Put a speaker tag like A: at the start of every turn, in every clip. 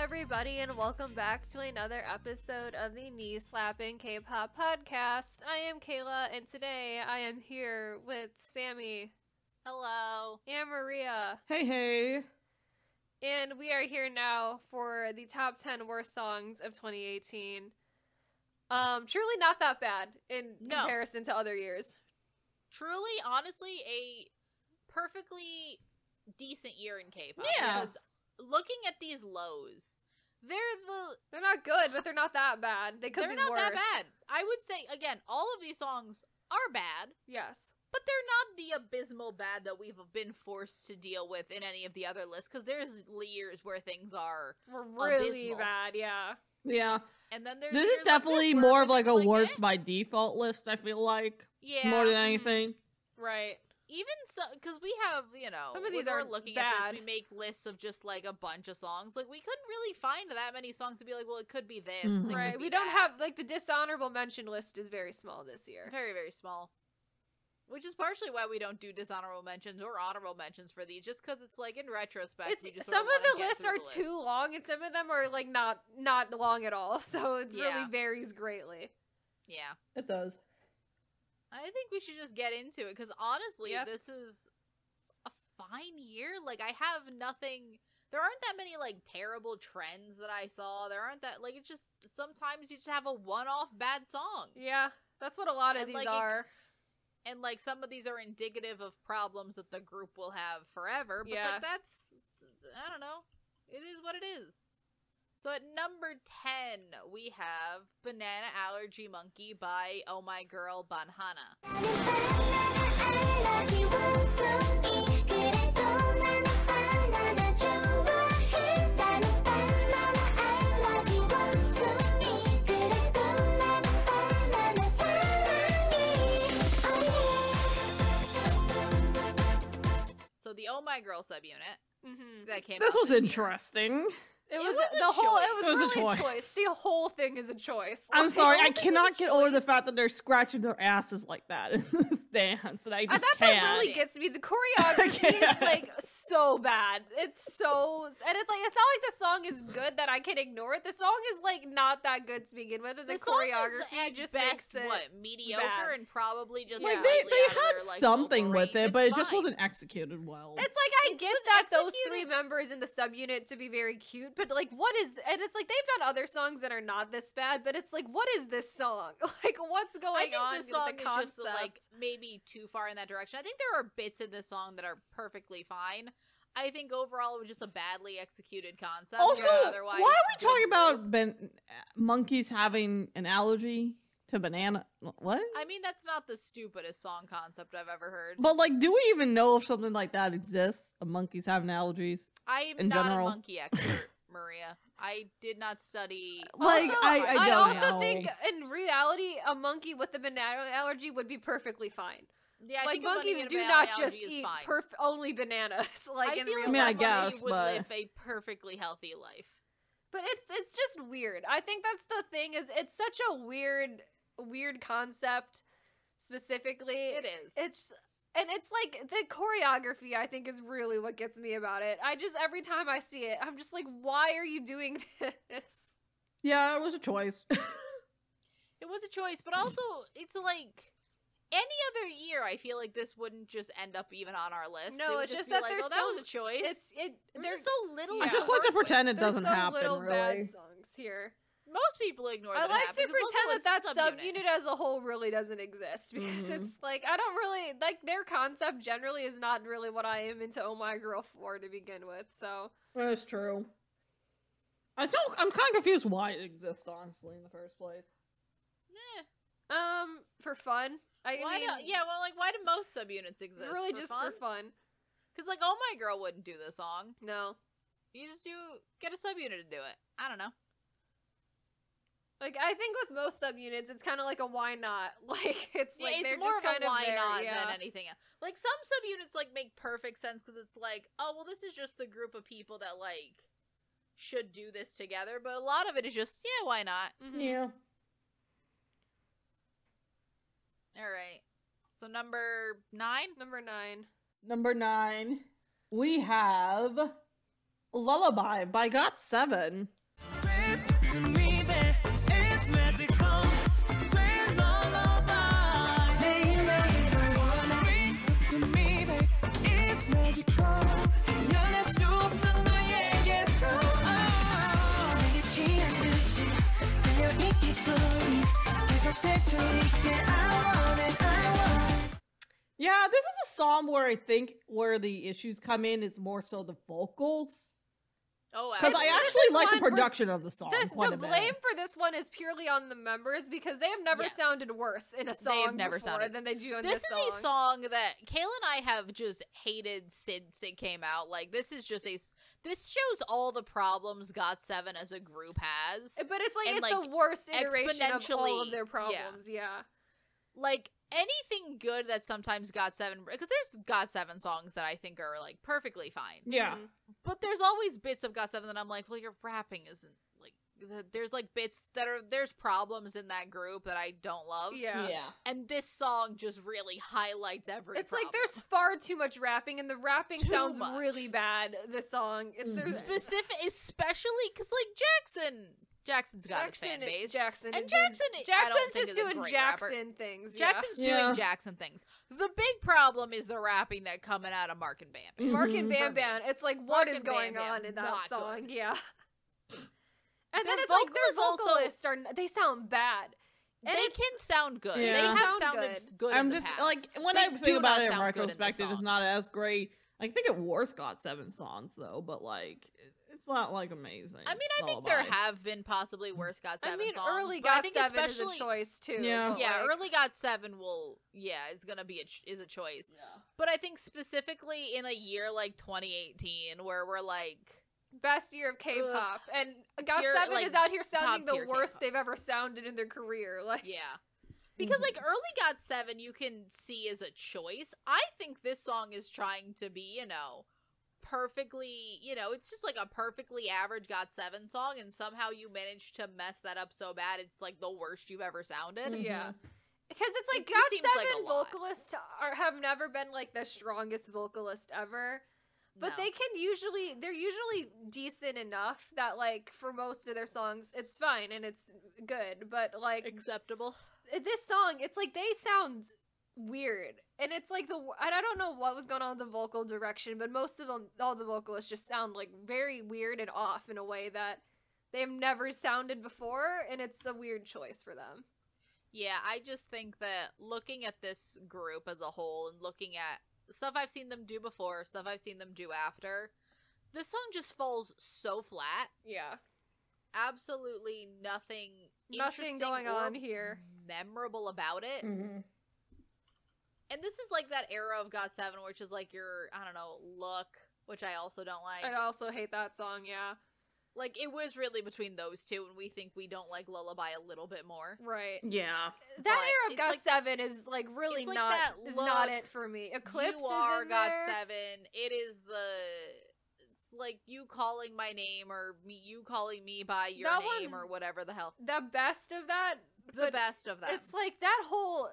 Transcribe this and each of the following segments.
A: everybody, and welcome back to another episode of the Knee Slapping K pop podcast. I am Kayla, and today I am here with Sammy
B: Hello.
A: and Maria.
C: Hey, hey.
A: And we are here now for the top 10 worst songs of 2018. Um, truly not that bad in
B: No.
A: comparison to other years.
B: Truly, honestly, a perfectly decent year in K-pop.
C: Yeah.
B: Because looking at these lows, they're the
A: They're not good, but they're not that bad. They could
B: they're
A: be
B: not
A: worse.
B: that bad. I would say again, all of these songs are bad,
A: Yes.
B: but they're not the abysmal bad that we've been forced to deal with in any of the other lists. Because there's years where things are,
A: We're really
B: Abysmal.
A: bad, yeah.
C: Yeah.
B: and then there's
C: This
B: years
C: is
B: like
C: definitely
B: where
C: more of
B: everything's
C: like a
B: eh,
C: worst by default list, I feel like.
B: yeah,
C: More than
A: mhm.
C: anything.
A: Right.
B: even so because we have you know
A: Some of these
B: when we're
A: aren't
B: looking at
A: bad.
B: this we make lists of just like a bunch of songs like we couldn't really find that many songs to be like well it could be this
C: Mhm.
B: it could
A: Right.
B: be
A: We don't
B: that.
A: have like the dishonorable mention list is very small this year.
B: very very small which is partially why we don't do dishonorable mentions or honorable mentions for these just because it's like in retrospect
A: It's
B: we just
A: some
B: sorta wanna
A: of the
B: get
A: lists
B: through
A: are
B: the
A: too
B: list.
A: long and some of them are like not not long at all. So it
B: Yeah.
A: really varies greatly.
B: yeah
C: It does.
B: i think we should just get into it because honestly
A: Yep.
B: this is a fine year like i have nothing there aren't that many like terrible trends that I saw. There aren't that like it's just sometimes you just have a one-off bad song.
A: Yeah. That's what a lot of
B: And,
A: these
B: like, it-
A: are.
B: and like some of these are indicative of problems that the group will have forever but
A: Yeah.
B: like that's i don't know it is what it is so at number 10 we have banana allergy monkey by oh my girl banhana so the oh my girl subunit
A: hmm
B: that came
C: This
B: out
C: was
B: year.
C: interesting.
A: It,
B: mm-hmm. It
A: was,
B: was a
A: the whole
B: choice.
A: it was,
C: It was
A: really
C: a
A: a choice.
C: choice.
A: The whole thing is a choice.
C: I'm
A: Like,
C: sorry,
A: the
C: I
A: whole thing is
C: cannot
A: a
C: get over the
A: choice.
C: fact that they're scratching their asses like that in this dance, and I
A: Uh,
C: just
A: that's
C: can't.
A: what really
B: can't.
A: gets me. The choreography is
C: can't.
A: like so bad. It's so, and it's like it's not like the song is good that I can ignore it. The song is like not that good to begin with, and the,
B: the song is
A: choreography
B: at
A: just
B: best
A: makes it.
B: what mediocre
A: bad.
B: and probably just
A: Yeah.
C: Like
B: slightly
C: they,
B: out
C: they
B: of
C: had
B: their, like,
C: something
B: local
C: with
B: range.
C: it, but
B: It's
C: it just
B: fine.
C: wasn't executed well.
A: It's like I
B: It
A: get
B: was
A: that those three
B: executed-
A: members in the subunit to be very cute, but like, what is? th- And it's like they've done other songs that are not this bad, but it's like, what is this song? Like, what's going
B: I think
A: on
B: this song
A: with the concept?
B: is just like maybe too far in that direction. I think there are bits in this song that are perfectly fine. I think overall it was just a badly executed concept.
C: also,
B: but
C: why
B: otherwise,
C: are we talking
B: good group.
C: about ban- monkeys having an allergy to banana? What?
B: I mean, that's not the stupidest song concept I've ever heard.
C: But like, do we even know if something like that exists? Of monkeys having allergies?
B: I am
C: in
B: not
C: general.
B: a monkey expert, Maria. I did not study.
C: Like,
A: also,
C: I- I don't
A: also
C: know.
A: think in reality, a monkey with a banana allergy would be perfectly fine.
B: yeah, I
A: like
B: think a monkey
A: monkeys
B: with a
A: do
B: banana
A: not
B: allergy
A: just
B: is
A: eat
B: fine.
A: perf- only bananas. Like
B: I
A: in
B: feel
A: real
B: like
C: I mean, I
A: life.
B: that monkey
C: guess,
B: would
C: but-
B: live a perfectly healthy life.
A: But it's it's just weird. I think that's the thing is it's such a weird weird concept specifically.
B: It is.
A: It's and it's like the choreography I think is really what gets me about it. I just every time I see it, I'm just like, why are you doing this?
C: Yeah, it was a choice.
B: It was a choice, but also it's like any other year. I feel like this wouldn't just end up even on our list.
A: No,
B: it would
A: it's just
B: be
A: that
B: like,
A: there's
B: oh, that was a choice.
A: It's it
B: There's
A: there's
B: just so little.
A: I
C: I
A: Yeah.
C: just like to
B: work with.
C: pretend it
A: there's
C: doesn't
A: so
C: happen,
A: little
C: really.
A: bad songs here.
B: Most people ignore that.
A: I
B: it
A: like to
B: happened, 'cause
A: pretend that that
B: it's also a Mm-hmm.
A: subunit as a whole really doesn't exist because
C: Mhm.
A: it's like I don't really like their concept generally is not really what I am into Oh My Girl for to begin with. So
C: That's true. I still, I'm kind of confused why it exists, honestly, in the first place.
B: Eh,
A: um, for fun, I
B: why
A: mean,
B: do, yeah, well, like why do most subunits exist?
A: really
B: for
A: just
B: fun?
A: for fun.
B: Because like, oh my girl wouldn't do this song.
A: No,
B: You just do get a subunit to do it. I don't know.
A: like I think with most subunits, it's kind of like a why not. Like it's like
B: yeah,
A: they're
B: it's more
A: just
B: of a
A: kind of
B: why
A: there,
B: not
A: yeah.
B: than anything else. Like some subunits like make perfect sense because it's like, oh well, this is just the group of people that like should do this together. But a lot of it is just, yeah, why not?
A: Mhm.
B: All right. So number nine.
A: Number nine.
C: Number nine, we have Lullaby by Got Seven. this is a song where I think where the issues come in is more so the vocals.
B: Oh,
C: Because I
A: Uh, This
B: absolutely.
C: actually
A: is
C: like the
A: one where-
C: production of the song
A: This,
C: Oh, quite
A: the
C: a bit.
A: blame for this one is purely on the members because they have never
B: Yes.
A: sounded worse in a
B: have
A: song
B: never
A: before
B: sounded-
A: than they do on
B: this
A: this,
B: is a song that Kayla and I have just hated since it came out. Like this is just a s- this shows all the problems God Seven as a group has.
A: But it's like
B: and,
A: it's
B: like,
A: the worst iteration of all
B: exponentially-
A: of their
B: yeah.
A: problems. yeah.
B: like anything good that sometimes God Seven because there's God Seven songs that I think are like perfectly fine,
C: Yeah.
A: Mhm.
B: but there's always bits of God Seven that I'm like, well, your rapping isn't like. th- There's like bits that are there's problems in that group that I don't love,
A: Yeah.
B: and this song just really highlights every.
A: It's
B: problem.
A: like there's far too much rapping, and the rapping
B: Too
A: sounds
B: much.
A: really bad. The song, it's there's
C: Mhm.
B: specific, especially because like Jackson, Jackson's got
A: Jackson,
B: his fan base.
A: Jackson,
B: And
A: is
B: Jackson,
A: doing,
B: I don't
A: Jackson's
B: think
A: just
B: is a
A: doing
B: great
A: Jackson
B: rapper.
A: things.
B: Jackson's
C: Yeah.
B: doing Jackson things. The big problem is the rapping that coming out of Mark and Bam. Bam.
A: yeah. Mark
C: Mhm.
A: and Bam
B: For me.
A: Bam. It's like what
B: Mark
A: is
B: and Bam
A: going
B: Bam,
A: on in that
B: not good.
A: song? Yeah. And
B: Their
A: then it's like
B: vocalists
A: their
B: also-
A: vocalists are n- they sound bad. And
B: they
A: it's-
B: can sound good. They
C: Yeah.
B: have
A: Sound
B: sounded
A: good.
B: f- good. in
C: I'm
B: the
C: just
B: past.
C: like when
B: They
C: I
B: do
C: think
B: not
C: about it in
B: sound good in this
C: retrospective, it's
B: song.
C: not as great. I think it wore Scott Seven songs though, but like it- it's not like amazing.
B: I mean, I think there
C: lullaby.
B: have been
A: Mm.
B: possibly worse God
A: I
B: Seven
A: mean,
B: songs,
A: early
B: but I
A: got
B: think
A: seven
B: especially
A: is a choice too.
C: Yeah.
A: but,
B: yeah,
A: like,
B: early God Seven will yeah is gonna be a ch- is a choice. But I think specifically in a year like 2018 where we're like
A: best year of K-pop, and Got
B: Pure,
A: Seven
B: like,
A: is out here sounding the
B: top-tier
A: worst
B: K-pop.
A: they've ever sounded in their career. Like,
B: Yeah. Because
A: Mm-hmm.
C: Mhm.
B: like early God Seven, you can see as a choice. I think this song is trying to be, you know, perfectly, you know, it's just like a perfectly average God Seven song, and somehow you manage to mess that up so bad it's like the worst you've ever sounded.
C: Mhm.
A: yeah. Because it's like
B: Mm-hmm. It just
A: God
B: seems like
A: Seven
B: a lot.
A: vocalists are, have never been like the strongest vocalist ever, but
B: No.
A: they can usually they're usually decent enough that like for most of their songs it's fine and it's good. But like
B: acceptable.
A: this song, it's like they sound weird, and it's like the and I don't know what was going on with the vocal direction, but most of them all the vocalists just sound like very weird and off in a way that they have never sounded before, and it's a weird choice for them.
B: Yeah, I just think that looking at this group as a whole and looking at stuff I've seen them do before, stuff I've seen them do after, this song just falls so flat.
A: Yeah.
B: absolutely nothing
A: Nothing
B: interesting
A: going
B: or
A: on here. Mm.
B: memorable about it
C: Mhm.
B: and this is like that era of god seven which is like your i don't know look which i also don't
A: I
B: like
A: also hate that song, yeah.
B: like it was really between those two and we think we don't like lullaby a little bit more
A: Right.
C: Yeah.
A: That
B: But
A: era
B: it's
A: of God
B: like that-
A: Seven is like really
B: it's like
A: not
B: that
A: is not
B: look,
A: it for me. Eclipse
B: you are
A: is in
B: god
A: there.
B: seven it is the it's like you calling my name or me you calling me by your
A: That
B: name
A: one's
B: or whatever the hell
A: The best of that,
B: the
A: but
B: best of them
A: it's like that whole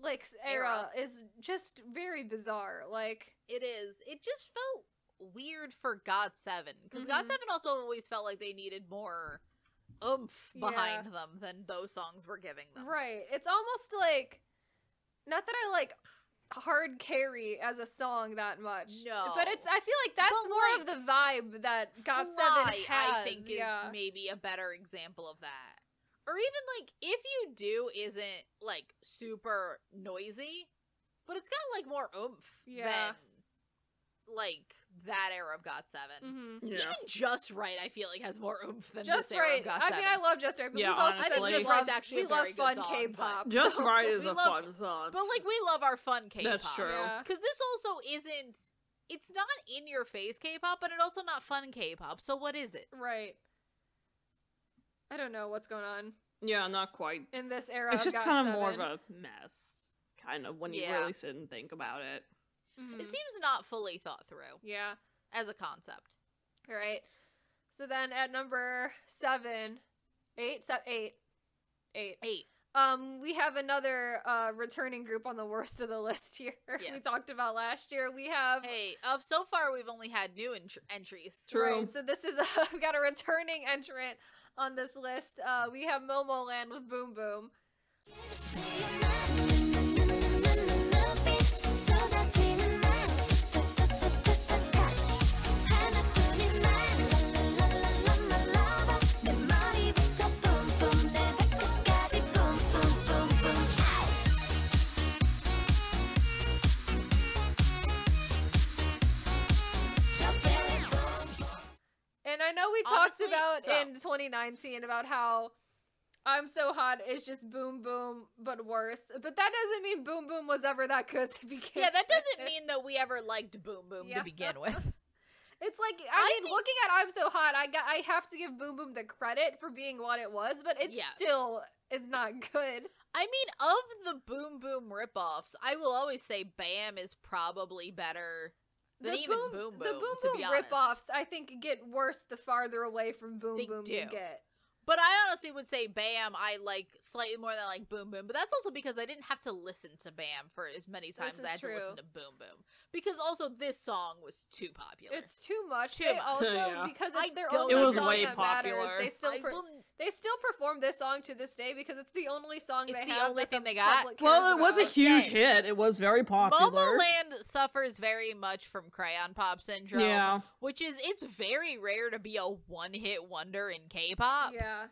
A: like era,
B: Era.
A: is just very bizarre. Like
B: It is. It just felt weird for God Seven because God
A: Mhm.
B: Seven also always felt like they needed more oomph
A: Yeah.
B: behind them than those songs were giving them.
A: right, it's almost like not that I like hard carry as a song that much. but it's
B: No.
A: I feel like that's
B: But,
A: more of the vibe that God
B: Fly,
A: Seven has.
B: I think,
A: yeah.
B: is maybe a better example of that. Or even like if you do isn't like super noisy, but it's got like more oomph
A: Yeah.
B: than like that era of God 7
A: Mhm.
C: Yeah.
B: Even just right, I feel like has more oomph than
A: Just
B: this era
A: right.
B: of God
A: I
B: Seven.
A: mean, I love Just Right, but
C: Yeah,
A: we've also
C: honestly.
A: said
C: I
A: we
C: think Just
A: love,
B: Right's actually
A: we
B: a
A: love
B: very good
A: fun
B: song, but-
A: K-pop.
C: Just
A: so-
C: right is
B: we
C: a
B: love-
C: fun song.
B: But like we love our fun K-pop.
C: That's true.
A: Yeah.
B: Because this also isn't. It's not in your face K-pop, but it's also not fun K-pop. So what is it?
A: Right. I don't know what's going on
C: Yeah, not quite.
A: in this era.
C: it's
A: of
C: just
A: Got
C: kind of more of
A: Seven.
C: a mess, kind of when you
B: Yeah.
C: really sit and think about it.
A: Mhm.
B: It seems not fully thought through
A: yeah.
B: as a concept.
A: All right. So then at number seven, eight, se- eight, eight.
B: Eight.
A: Um, we have another uh returning group on the worst of the list here. we
B: Yes.
A: talked about last year. We have
B: Hey, of so far we've only had new entr entries.
C: True.
A: Right, so this is a, we got a returning entrant on this list. Uh, we have Momo Land with Boom Boom.
D: Boom, boom, boom, boom.
A: out
B: So-
A: in 2019 about how I'm so hot is just boom boom but worse. But that doesn't mean boom boom was ever that good to begin.
B: Yeah, that doesn't
A: with.
B: mean that we ever liked Boom Boom
A: Yeah.
B: to begin with.
A: It's like I,
B: I
A: mean,
B: think-
A: looking at I'm so hot, I got I have to give Boom Boom the credit for being what it was, but it's
B: Yes.
A: still it's not good.
B: I mean, of the Boom Boom ripoffs, I will always say Bam is probably better than even Boom Boom.
A: the Boom
B: to
A: Boom
B: be honest.
A: ripoffs, I think, get worse the farther away from Boom
B: They
A: Boom you
B: do.
A: get.
B: But I honestly would say Bam I like slightly more than I like Boom Boom, but that's also because I didn't have to listen to Bam for as many times
A: This
B: as I
A: is
B: had to
A: true.
B: listen to Boom Boom. Because also this song was too popular.
A: It's too much.
B: Too
A: they
B: much.
A: also
C: Yeah.
A: because
B: I
A: it's their
B: don't
A: only
B: It was
A: song
C: way
A: that matters.
C: popular.
A: They still
B: I
A: per-
B: will-
A: they still perform this song to this day because it's the only song
B: It's
A: they
B: the
A: have.
B: only
A: that the
B: thing they got.
A: public
C: Well,
A: cares
C: it was a
A: about.
C: huge
B: Okay.
C: hit. It was very popular.
B: Momoland suffers very much from crayon pop syndrome,
C: Yeah.
B: which is it's very rare to be a one-hit wonder in K-pop,
A: Yeah,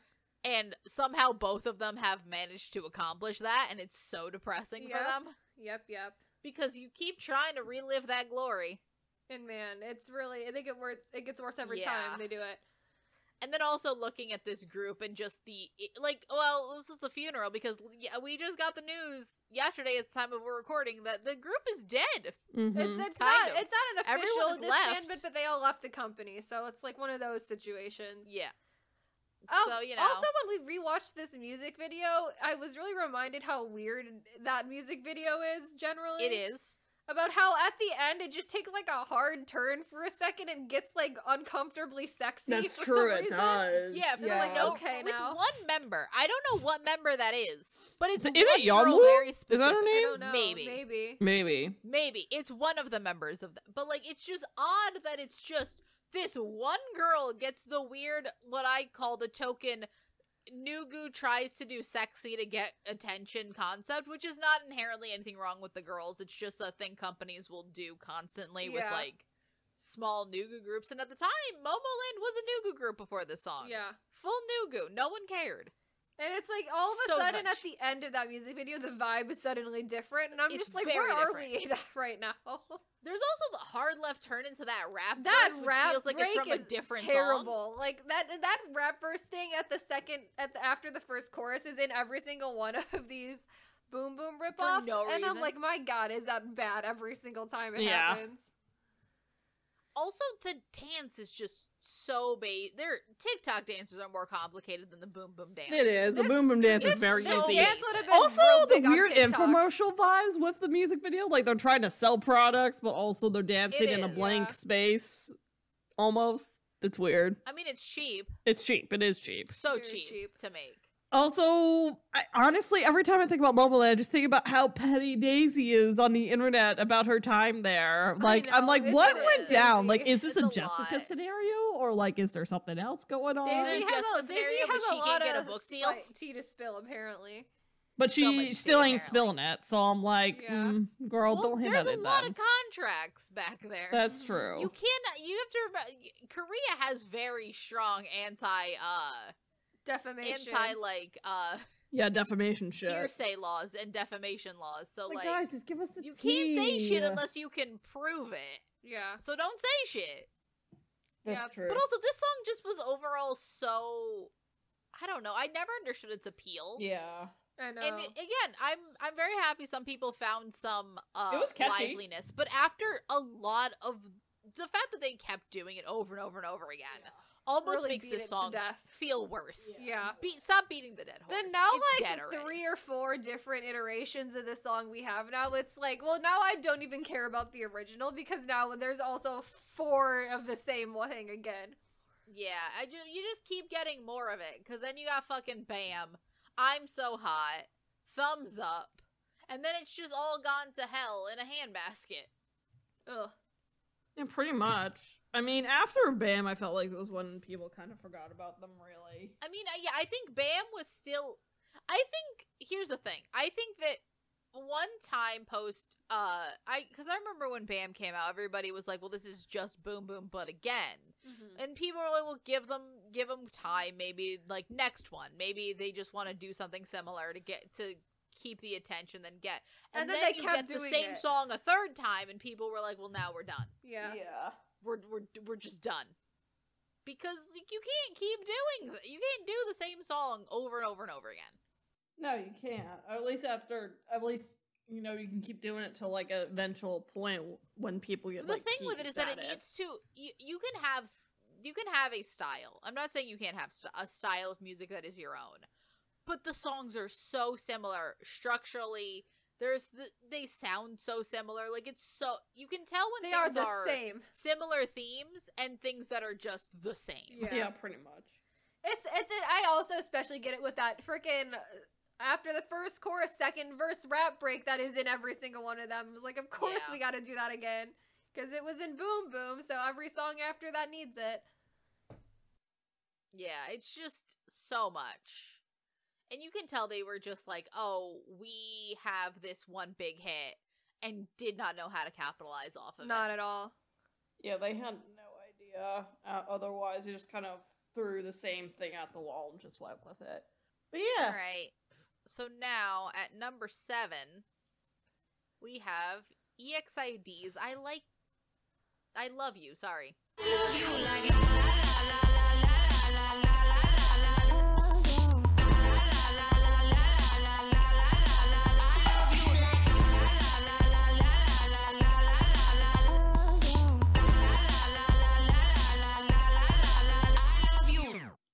B: and somehow both of them have managed to accomplish that, and it's so depressing for
A: Yep.
B: them
A: yep, yep.
B: because you keep trying to relive that glory.
A: And man, it's really I think it works. It gets worse every
B: Yeah.
A: time they do it.
B: And then also looking at this group and just the like, well, this is the funeral because yeah, we just got the news yesterday. It's the time of we're recording that the group is dead.
C: Mhm.
A: It's, it's
B: Kind
A: not.
B: of.
A: It's not an
B: Everyone
A: official
B: has left.
A: disbandment, but they all left the company, so it's like one of those situations.
B: Yeah.
A: Um,
B: so, you know.
A: Also, when we rewatched this music video, I was really reminded how weird that music video is generally.
B: It is.
A: about how at the end it just takes like a hard turn for a second and gets like uncomfortably sexy.
C: That's
A: for
C: true.
A: Some
C: It
A: reason.
C: does.
B: Yeah, for
A: yeah.
B: like no,
A: Okay,
B: with
A: now.
B: one member. I don't know what member that is, but it's
C: Is it- is it
B: one girl
C: Yeonwoo?
B: Very
C: her
B: specific.
A: I
C: name?
A: don't know.
B: Maybe.
A: Maybe.
C: Maybe.
B: Maybe it's one of the members of that, but like it's just odd that it's just this one girl gets the weird what I call the token. Nugu tries to do sexy to get attention concept, which is not inherently anything wrong with the girls. It's just a thing companies will do constantly with
A: Yeah.
B: like small Nugu groups. And at the time, Momoland was a Nugu group before this song.
A: Yeah.
B: Full Nugu. No one cared.
A: And it's like all of a
B: So
A: sudden
B: much.
A: at the end of that music video, the vibe is suddenly different, and I'm
B: It's
A: just like,
B: very
A: where are
B: different.
A: we at right now?
B: There's also the hard left turn into that rap.
A: That
B: verse, which
A: rap
B: feels like
A: break
B: it's from
A: is
B: a different song.
A: terrible. Like that that rap verse thing at the second at the, after the first chorus is in every single one of these boom boom ripoffs,
B: no
A: and I'm
B: reason.
A: like, my god, is that bad every single time it
C: Yeah.
A: happens?
B: Also, the dance is just so base. Their TikTok dances are more complicated than the boom boom dance.
C: It is.
A: This-
C: the boom boom dance
A: this-
C: is very
A: this
C: easy.
A: dance would have been
C: Also,
A: real
C: the
A: big on
C: weird
A: TikTok.
C: infomercial vibes with the music video. Like they're trying to sell products, but also they're dancing in a
B: is.
C: blank
A: Yeah.
C: space. Almost. It's weird.
B: I mean, it's cheap,
C: It's cheap. It is cheap.
B: so
A: Very
B: cheap,
A: cheap.
B: to make.
C: Also, I, honestly, every time I think about Mobile Land, I just think about how petty Daisy is on the internet about her time there. Like, I'm
A: know,
C: like,
A: it's
C: what
A: so
C: went
A: petty.
C: down? Like, is this
B: It's
C: a,
B: a
C: Jessica
B: lot.
C: scenario, or like, is there something else going on?
A: Daisy
B: Daisy Jessica
A: has a, Daisy
B: scenario, but
A: has
B: she
A: a
B: can't
A: lot
B: get a
A: of
B: book deal?
A: slight tea to spill, apparently.
C: but
B: so much
C: she
B: tea,
C: still ain't
B: apparently.
C: spilling it, so I'm like,
A: Yeah.
C: mm, girl,
B: well,
C: don't hint
B: there's
C: at
B: a
C: it.
B: lot
C: then.
B: of contracts back there.
C: That's
A: Mhm.
C: true.
B: you cannot. You have to remember. Korea has very strong anti, uh,
A: Defamation.
B: anti like uh
C: yeah, defamation shit.
B: hearsay laws and defamation laws. So
C: Like,
B: like,
C: guys, just give us the
B: you can't say shit
C: tea.
B: unless you can prove it.
A: yeah.
B: So don't say shit.
C: That's
A: Yeah,
C: true.
B: But also, this song just was overall so. I don't know. I never understood its appeal.
C: yeah.
A: I know.
B: And it- again, I'm I'm very happy some people found some uh,
C: It was catchy.
B: liveliness, but after a lot of the fact that they kept doing it over and over and over again almost
A: Really
B: makes
A: beat it
B: this
A: to
B: song
A: death.
B: feel worse.
A: Yeah. Yeah.
B: Beat, stop beating the dead horse.
A: Then now,
B: It's dead
A: like
B: already.
A: three or four different iterations of this song we have now. It's like, well, now I don't even care about the original because now there's also four of the same thing again.
B: Yeah, I ju- you just keep getting more of it because then you got fucking bam, I'm so hot, thumbs up, and then it's just all gone to hell in a handbasket.
A: Ugh.
C: Yeah, pretty much. I mean, after Bam, I felt like it was when people kind of forgot about them, really.
B: I mean, I, yeah, I think Bam was still. I think here's the thing. I think that one time post, uh, I because I remember when Bam came out, everybody was like, "Well, this is just Boom Boom, but again." Mm-hmm. And people are like, "Well, give them give them time. Maybe like next one. Maybe they just want to do something similar to get to." keep the attention then get
A: And then they
B: you
A: kept
B: get the
A: doing
B: same
A: it.
B: song a third time and people were like well now we're done
A: Yeah.
C: yeah.
B: we're, we're, we're just done because like, you can't keep doing th- you can't do the same song over and over and over again.
C: No, you can't. Or at least after, at least you know you can keep doing it till like an eventual point w- when people get.
B: the
C: like,
B: thing with it is
C: peeved
B: that
C: at
B: it needs to you, you can have s- you can have a style i'm not saying you can't have st- a style of music that is your own but the songs are so similar structurally there's the, they sound so similar like it's so you can tell when
A: They are
B: things
A: the same.
B: similar themes and things that are just the same
A: Yeah.
C: Yeah. pretty much.
A: It's it's it. I also especially get it with that freaking after the first chorus, second verse rap break that is in every single one of them. It was like, of course
B: Yeah.
A: we got to do that again because it was in Boom Boom, so every song after that needs it.
B: Yeah, it's just so much. And you can tell they were just like, oh, we have this one big hit and did not know how to capitalize off of
A: Not
B: it.
A: at all.
C: Yeah, they had no idea. Uh, otherwise, they just kind of threw the same thing at the wall and just went with it. But yeah,
B: All right. So now at number seven, we have EXID's I Like. I Love You, sorry.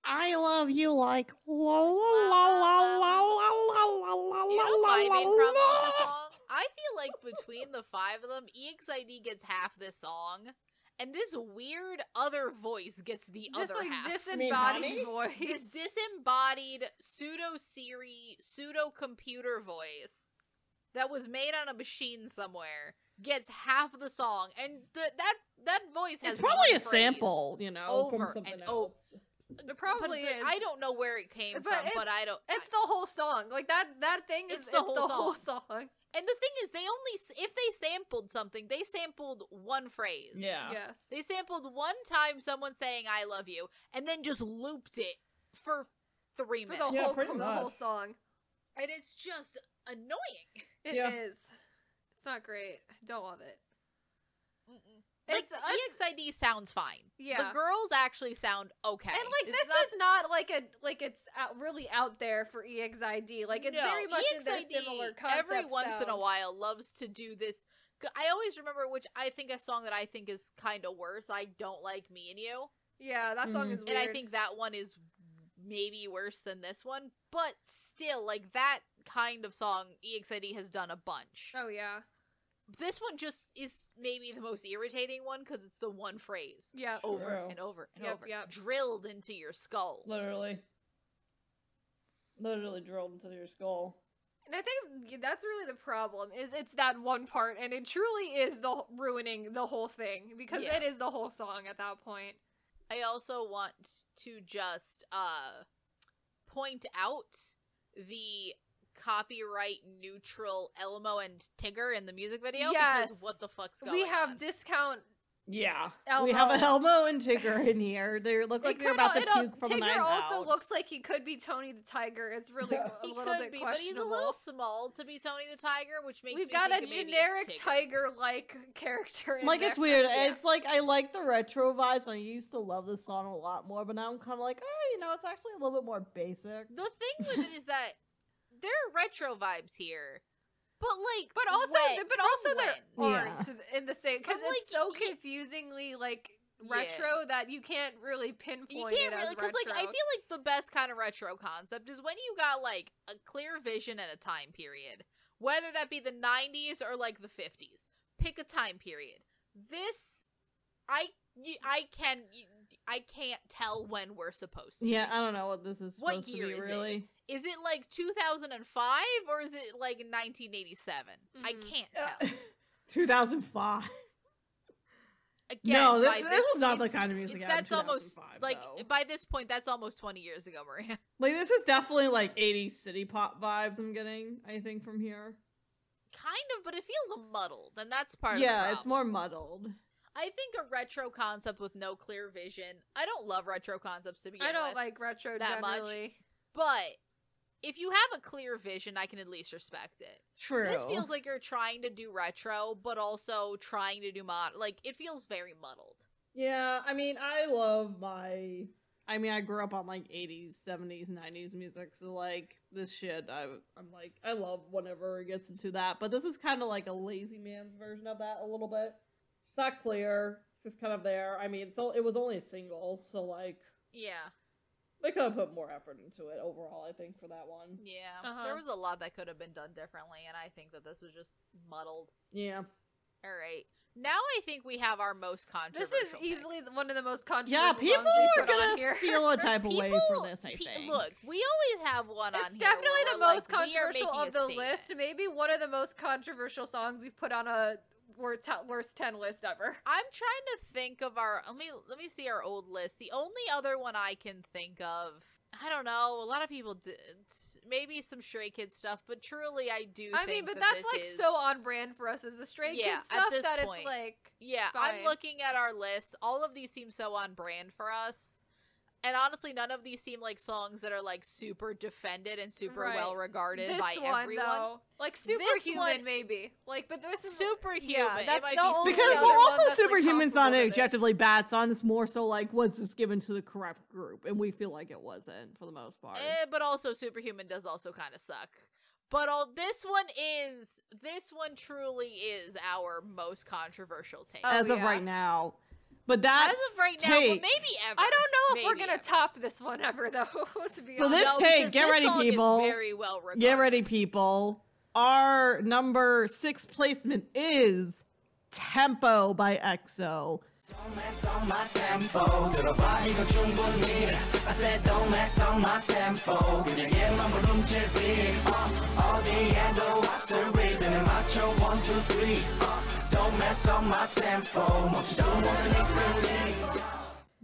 C: I love you like la la
B: la, la, la, You know my main problem with the
C: la
B: song? I feel like between the five of them, E EXID gets half this song, and this weird other voice gets the
A: Just
B: other
A: like
B: half.
A: disembodied
C: honey?
B: this
A: voice.
B: disembodied pseudo Siri, pseudo computer voice that was made on a machine somewhere gets half the song, and th- that that voice has
C: It's probably
B: one
C: a
B: phrase.
C: sample, you know,
B: over
C: from
B: and
C: something
B: over.
C: else.
A: It probably
B: but the-
A: is.
B: I don't know where it came
A: But
B: from, but
A: it's-
B: I don't.
A: It's the whole song. Like that. That thing is it's
B: It's
A: the,
B: the whole
A: whole song.
B: I- and the thing is, they only s- if they sampled something, they sampled one phrase.
C: Yeah.
A: Yes.
B: They sampled one time someone saying "I love you" and then just looped it for three
A: For the
B: minutes,
C: Yeah,
A: whole
C: pretty
A: the whole
C: much.
A: song.
B: and it's just annoying.
A: It is.
C: Yeah.
A: It's not great. Don't love it.
B: Like,
A: it's
B: the E
A: it's-
B: EXID sounds fine.
A: yeah.
B: The girls actually sound okay.
A: And like
B: It's
A: this
B: not-
A: is not like a like it's out, really out there for E EXID. Like it's
B: No, E
A: very much in their
B: EXID
A: similar concept.
B: Every once in a
A: sound.
B: while loves to do this. c- I always remember which I think a song that I think is kind of worse. I don't like me and you,
A: Yeah, that song
C: Mhm.
A: is weird.
B: and I think that one is maybe worse than this one, but still, like that kind of song, E EXID has done a bunch.
A: Oh yeah,
B: This one just is maybe the most irritating one because it's the one phrase
A: yeah.
C: Oh,
B: over
C: True.
B: and over and
A: Yep,
B: over,
A: yep.
B: drilled into your skull.
C: Literally. Literally drilled into your skull.
A: And I think that's really the problem is it's that one part, and it truly is the wh- ruining the whole thing because
B: Yeah.
A: it is the whole song at that point.
B: I also want to just uh point out the copyright neutral Elmo and Tigger in the music video because
A: Yes.
B: what the fuck's going on?
A: We have discount.
C: Yeah. We have an
A: Elmo.
C: Elmo and Tigger in here. They look like
A: It
C: they're
A: could
C: about
A: al-
C: to
A: it al-
C: puke from an
A: Tigger
C: iPad.
A: also looks like he could be Tony the Tiger. It's really
C: Yeah.
A: a
B: he
A: little
B: could
A: bit
B: be, but he's
A: questionable.
B: a little small to be Tony the Tiger, which makes
A: We've
B: me
A: got
B: think
A: a
B: it maybe is
A: generic
B: Tigger.
A: tiger-like character. In
C: like
A: there.
C: it's weird.
B: Yeah.
C: It's like I like the retro vibes. And I used to love this song a lot more, but now I'm kind of like, oh, you know, it's actually a little bit more basic.
B: The thing with it is that there are retro vibes here, but like,
A: But also,
B: when-
A: but
B: from
A: also there
B: when?
C: Yeah.
A: aren't in the same because
B: From,
A: it's
B: like,
A: so
B: ye-
A: confusingly like
B: Yeah.
A: retro that you can't really pinpoint
B: You
A: it
B: can't
A: as
B: really because like I
A: retro.
B: feel like the best kind of retro concept is when you got like a clear vision and a time period, whether that be the '90s or like the '50s. Pick a time period. This, I, y- I can, I can't tell when we're supposed to.
C: Yeah, I don't know what this is
B: What
C: supposed to
B: year
C: be.
B: is it?
C: Really,
B: Is it like 2005 or is it like 1987? I
C: Mm.
A: Mhm.
B: can't
C: Uh,
B: tell.
C: 2005.
B: Again,
C: no,
B: by
C: this, this is not the
B: it's-
C: kind of music.
B: it-
C: out of
B: that's almost
C: 2005,
B: like
C: though.
B: by this point, that's almost 20 years ago, Maria.
C: like this is definitely like 80s city pop vibes. I'm getting, I think, from here.
B: Kind of, but it feels muddled, and that's part of the
C: yeah, it's
B: problem.
C: more muddled.
B: I think a retro concept with no clear vision. I don't love retro concepts to begin
A: I don't
B: with,
A: like retro
B: that much.
A: generally.
B: but if you have a clear vision, I can at least respect it.
C: True.
B: This feels like you're trying to do retro, but also trying to do mod. Like it feels very muddled.
C: Yeah, I mean, I love my. I mean, I grew up on like 80s, 70s, 90s music, so like this shit, I, I'm like, I love whenever it gets into that. But this is kind of like a lazy man's version of that a little bit. It's not clear. It's just kind of there. I mean, so it was only a single, so like
B: Yeah.
C: they could have put more effort into it overall. I think for that one.
B: Yeah.
A: Uh-huh.
B: There was a lot that could have been done differently, and I think that this was just muddled.
C: Yeah.
B: All right. Now I think we have our most
A: This
B: controversial.
A: is
B: pick.
A: easily the- one of the most controversial.
C: Yeah, people
A: songs we
C: are
A: put on
C: gonna
A: here.
C: feel a type of way
B: People-
C: for this. I
B: pe-
C: think.
B: Look, we always have one on
A: It's
B: here
A: definitely
B: where
A: the
B: we're
A: most
B: like, we are
A: controversial
B: making a
A: of the
B: statement.
A: list. Maybe one of the most controversial songs we put on a worst worst ten list ever.
B: I'm trying to think of our let me let me see our old list. The only other one I can think of, I don't know. A lot of people did maybe some Stray Kids stuff, but truly I do.
A: I mean,
B: think
A: but
B: that
A: that's
B: this
A: like
B: is-
A: so on brand for us as the Stray
B: Yeah,
A: Kids
B: at
A: stuff
B: this
A: that
B: point.
A: it's like
B: Yeah,
A: fine.
B: I'm looking at our list. All of these seem so on brand for us. And honestly, none of these seem like songs that are like super defended and super
A: Right.
B: well regarded
A: this
B: by
A: one
B: everyone.
A: though, like
B: one-
A: superhuman maybe. Like, but this is
B: Superhuman.
A: Yeah,
B: it
A: that's
B: might
A: the
B: be
A: only
C: Because
A: Yeah,
C: well,
A: they're all
B: Superhuman.
C: also
A: that's, like,
C: superhuman's not
A: comparable
C: an
A: to this.
C: objectively bad song. It's more so like was this given to the correct group, and we feel like it wasn't for the most part.
B: Eh, but also superhuman does also kind of suck. But all this one is this one truly is our most controversial take.
A: Oh,
C: as of
A: yeah.
C: right now, but
B: As
C: that's
B: of right now, well,
C: take.
B: maybe ever.
A: I don't know if we're
B: Maybe
A: gonna
B: ever.
A: top this one ever though. to be
C: So
A: honest.
C: this
B: No,
C: take,
B: because
C: get
B: this
C: ready,
B: song is
C: people.
B: very well
C: Get
B: regarded.
C: ready, people. Our number six placement is "Tempo" by EXO.
D: Don't mess on my tempo 들어봐 이거 중분이 I said don't mess on my tempo 그냥 얘만 부름질 beat 어, 어디에도 없을 리듬에 맞춰 one two three 어, Don't mess on my tempo 멈추지 못하니 끌리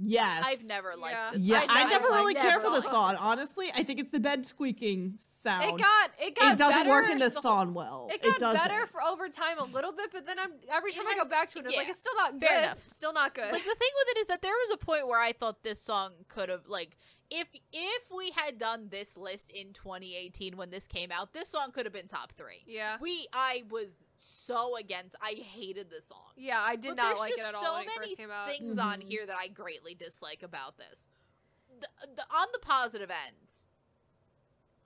C: Yes,
B: I've never liked
A: Yeah.
B: this.
C: Yeah,
B: song.
A: I
C: I, never
A: never
C: really
A: liked
C: cared
A: that
C: for the
A: song.
C: song. Honestly, I think it's the bed squeaking sound.
A: it got it got
C: it doesn't work
A: better-
C: in this
B: the whole-
C: song well.
A: It got
C: doesn't.
A: better for over time a little bit, but then I'm every
B: It
A: time I
B: has-
A: go back to it, it's like
B: yeah,
A: it's still not
B: fair
A: good.
B: enough.
A: Still not good.
B: Like the thing with it is that there was a point where I thought this song could have like if if we had done this list in 2018 when this came out, this song could have been top 3.
A: yeah,
B: We I was so against. I hated this song.
A: yeah, I did
B: But
A: not
B: there's
A: like it
B: just
A: at all
B: so
A: when it
B: many
A: first came out.
B: Things on
C: Mhm.
B: here that I greatly dislike about this. The, the, on the positive end,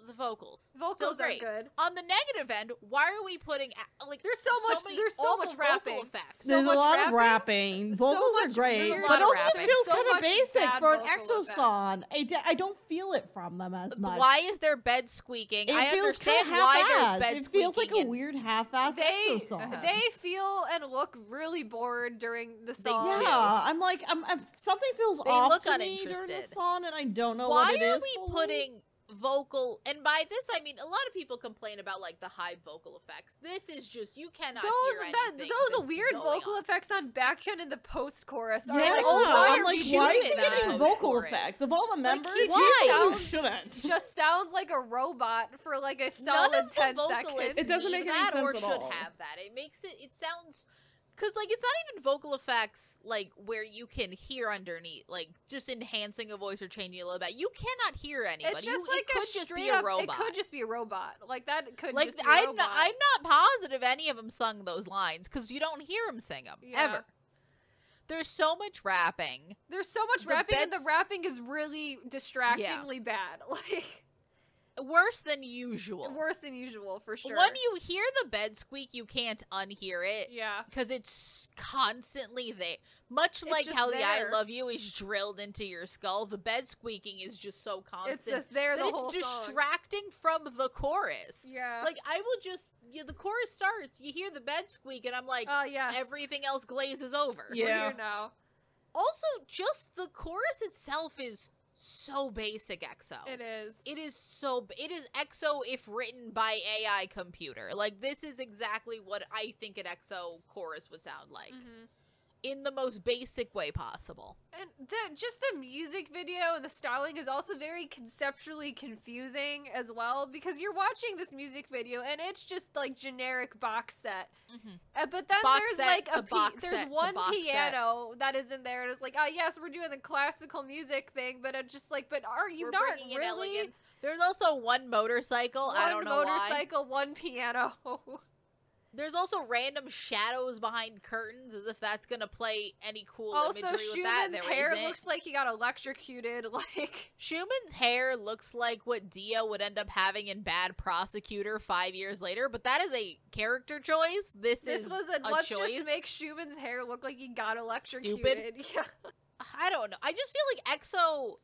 B: the vocals. still
A: Vocals are
B: great.
A: good.
B: On the negative end, why are we putting a- like
A: There's so much-
B: many
A: there's so
B: awful
A: much
B: vocal
A: rapping.
B: effects?
A: So
C: There's
A: much
C: a lot of
A: rapping.
C: rapping.
A: So
C: Vocals are
A: much
C: great,
B: weird
C: but also
B: rapping.
C: it feels
A: So
C: kind of
A: much
C: basic
A: bad
C: for an
A: vocal
C: EXO
A: effects.
C: song. I, d- I don't feel it from them as much.
B: Why is there bed squeaking?
C: It
B: I
C: feels kind
B: understand
C: of
B: why
C: half-assed.
B: there's bed
C: It feels like
B: squeaking
C: a
B: in-
C: weird half-ass
A: They
C: EXO song.
B: Uh-huh.
A: they feel and look really bored during the
B: They
A: song.
B: do.
C: yeah, I'm like, I'm, I'm something feels
B: They
C: off
B: look
C: to me during
B: uninterested.
C: this song, and I don't know
B: why
C: what it
B: are
C: is
B: we
C: fully.
B: putting vocal and by this I mean a lot of people complain about like the high vocal effects. This is just you cannot
A: Those
B: hear
A: that,
B: anything
A: those
B: that's
A: weird
B: going
A: vocal
B: on.
A: effects on backhand in the post chorus are
C: yeah, oh,
A: like,
B: also
A: why
C: I'm
A: are
C: like,
A: we
C: why
A: doing
C: is he
B: that?
C: getting
B: Of
C: vocal
B: course.
C: effects of all the members?
A: he
C: why
A: sounds-
C: shouldn't?
A: just sounds like a robot for like a solid
B: None of the
A: 10
B: vocalists
A: seconds.
C: It doesn't
B: need
C: make any
B: that or
C: sense at
B: should
C: all.
B: have that. It makes it it sounds because like it's not even vocal effects like where you can hear underneath like just enhancing a voice or changing it a little bit. You cannot hear anybody.
A: It's just
B: You-
A: like
B: it could
A: a
B: just
A: straight
B: be a
A: up,
B: robot.
A: It could just be a robot. Like that could
B: like
A: just be a
B: I'm
A: robot.
B: not, I'm not positive any of them sung those lines because you don't hear them sing them
A: Yeah.
B: ever. There's so much rapping.
A: There's so much
B: the
A: rapping, and the
B: bets-
A: rapping is really distractingly bad. Like
B: worse than usual.
A: worse than usual for sure.
B: When you hear the bed squeak, you can't unhear it
A: yeah,
B: because it's constantly there. Much
A: It's
B: like
A: just
B: how the "I
A: there.
B: love you" is drilled into your skull, the bed squeaking is just so
A: it's
B: constant
A: just there
B: that
A: the whole
B: it's
A: song.
B: distracting from the chorus.
A: Yeah.
B: Like I will just, yeah, the chorus starts, you hear the bed squeak, and I'm like,
A: oh yes.
B: everything else glazes over.
A: We're
C: Yeah.
A: here now.
B: Also, just the chorus itself is so basic, EXO.
A: It is.
B: It is so. b- It is EXO if written by AI computer. Like this is exactly what I think an EXO chorus would sound like
A: Mhm.
B: in the most basic way possible.
A: And the, just the music video and the styling is also very conceptually confusing as well because you're watching this music video and it's just like generic box set Uh, but then
B: Mm-hmm. Box
A: there's
B: set
A: like
B: to
A: a pi-
B: box
A: there's
B: set to
A: one
B: box set.
A: piano that is in there, and it's like, oh yes, we're doing the classical music thing, but it's just like, but are you
B: We're
A: not
B: bringing in
A: really
B: elegance. There's also one motorcycle. I
A: one
B: don't know why.
A: motorcycle, one piano?
B: There's also random shadows behind curtains, as if that's gonna play any cool
A: also,
B: imagery with that.
A: Schumann's
B: There
A: hair
B: isn't.
A: looks like he got electrocuted. Like,
B: Schumann's hair looks like what Dio would end up having in Bad Prosecutor five years later, but that is a character choice. This,
A: this
B: is
A: was a, let's
B: choice.
A: just make Schumann's hair look like he got electrocuted. Yeah.
B: I don't know. I just feel like EXO.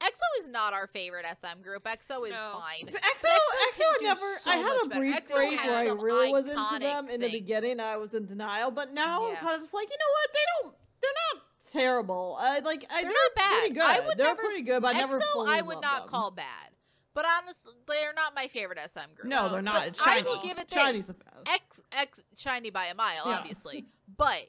B: EXO is not our favorite SM group. EXO is
A: No.
B: fine.
C: So EXO,
B: EXO
C: EXO
B: do
C: never.
B: so
C: I had
B: much
C: a
B: better.
C: brief
B: EXO
C: phase
B: has
C: where I
B: some
C: really was into
B: iconic
C: them. In the
B: things.
C: beginning, I was in denial, but now I'm
B: Yeah.
C: kind of just like, you know what? They don't. They're not terrible. I like.
B: They're
C: I, they're
B: not bad.
C: pretty good.
B: I would
C: they're
B: never-
C: pretty good, but I never.
B: EXO,
C: fully
B: I would
C: loved
B: not
C: them.
B: call bad, but honestly, they're not my favorite SM group.
C: No, they're not.
B: But
C: It's shiny.
B: I will give it this.
C: Shiny's the best.
B: X X shiny by a mile,
C: Yeah.
B: obviously. But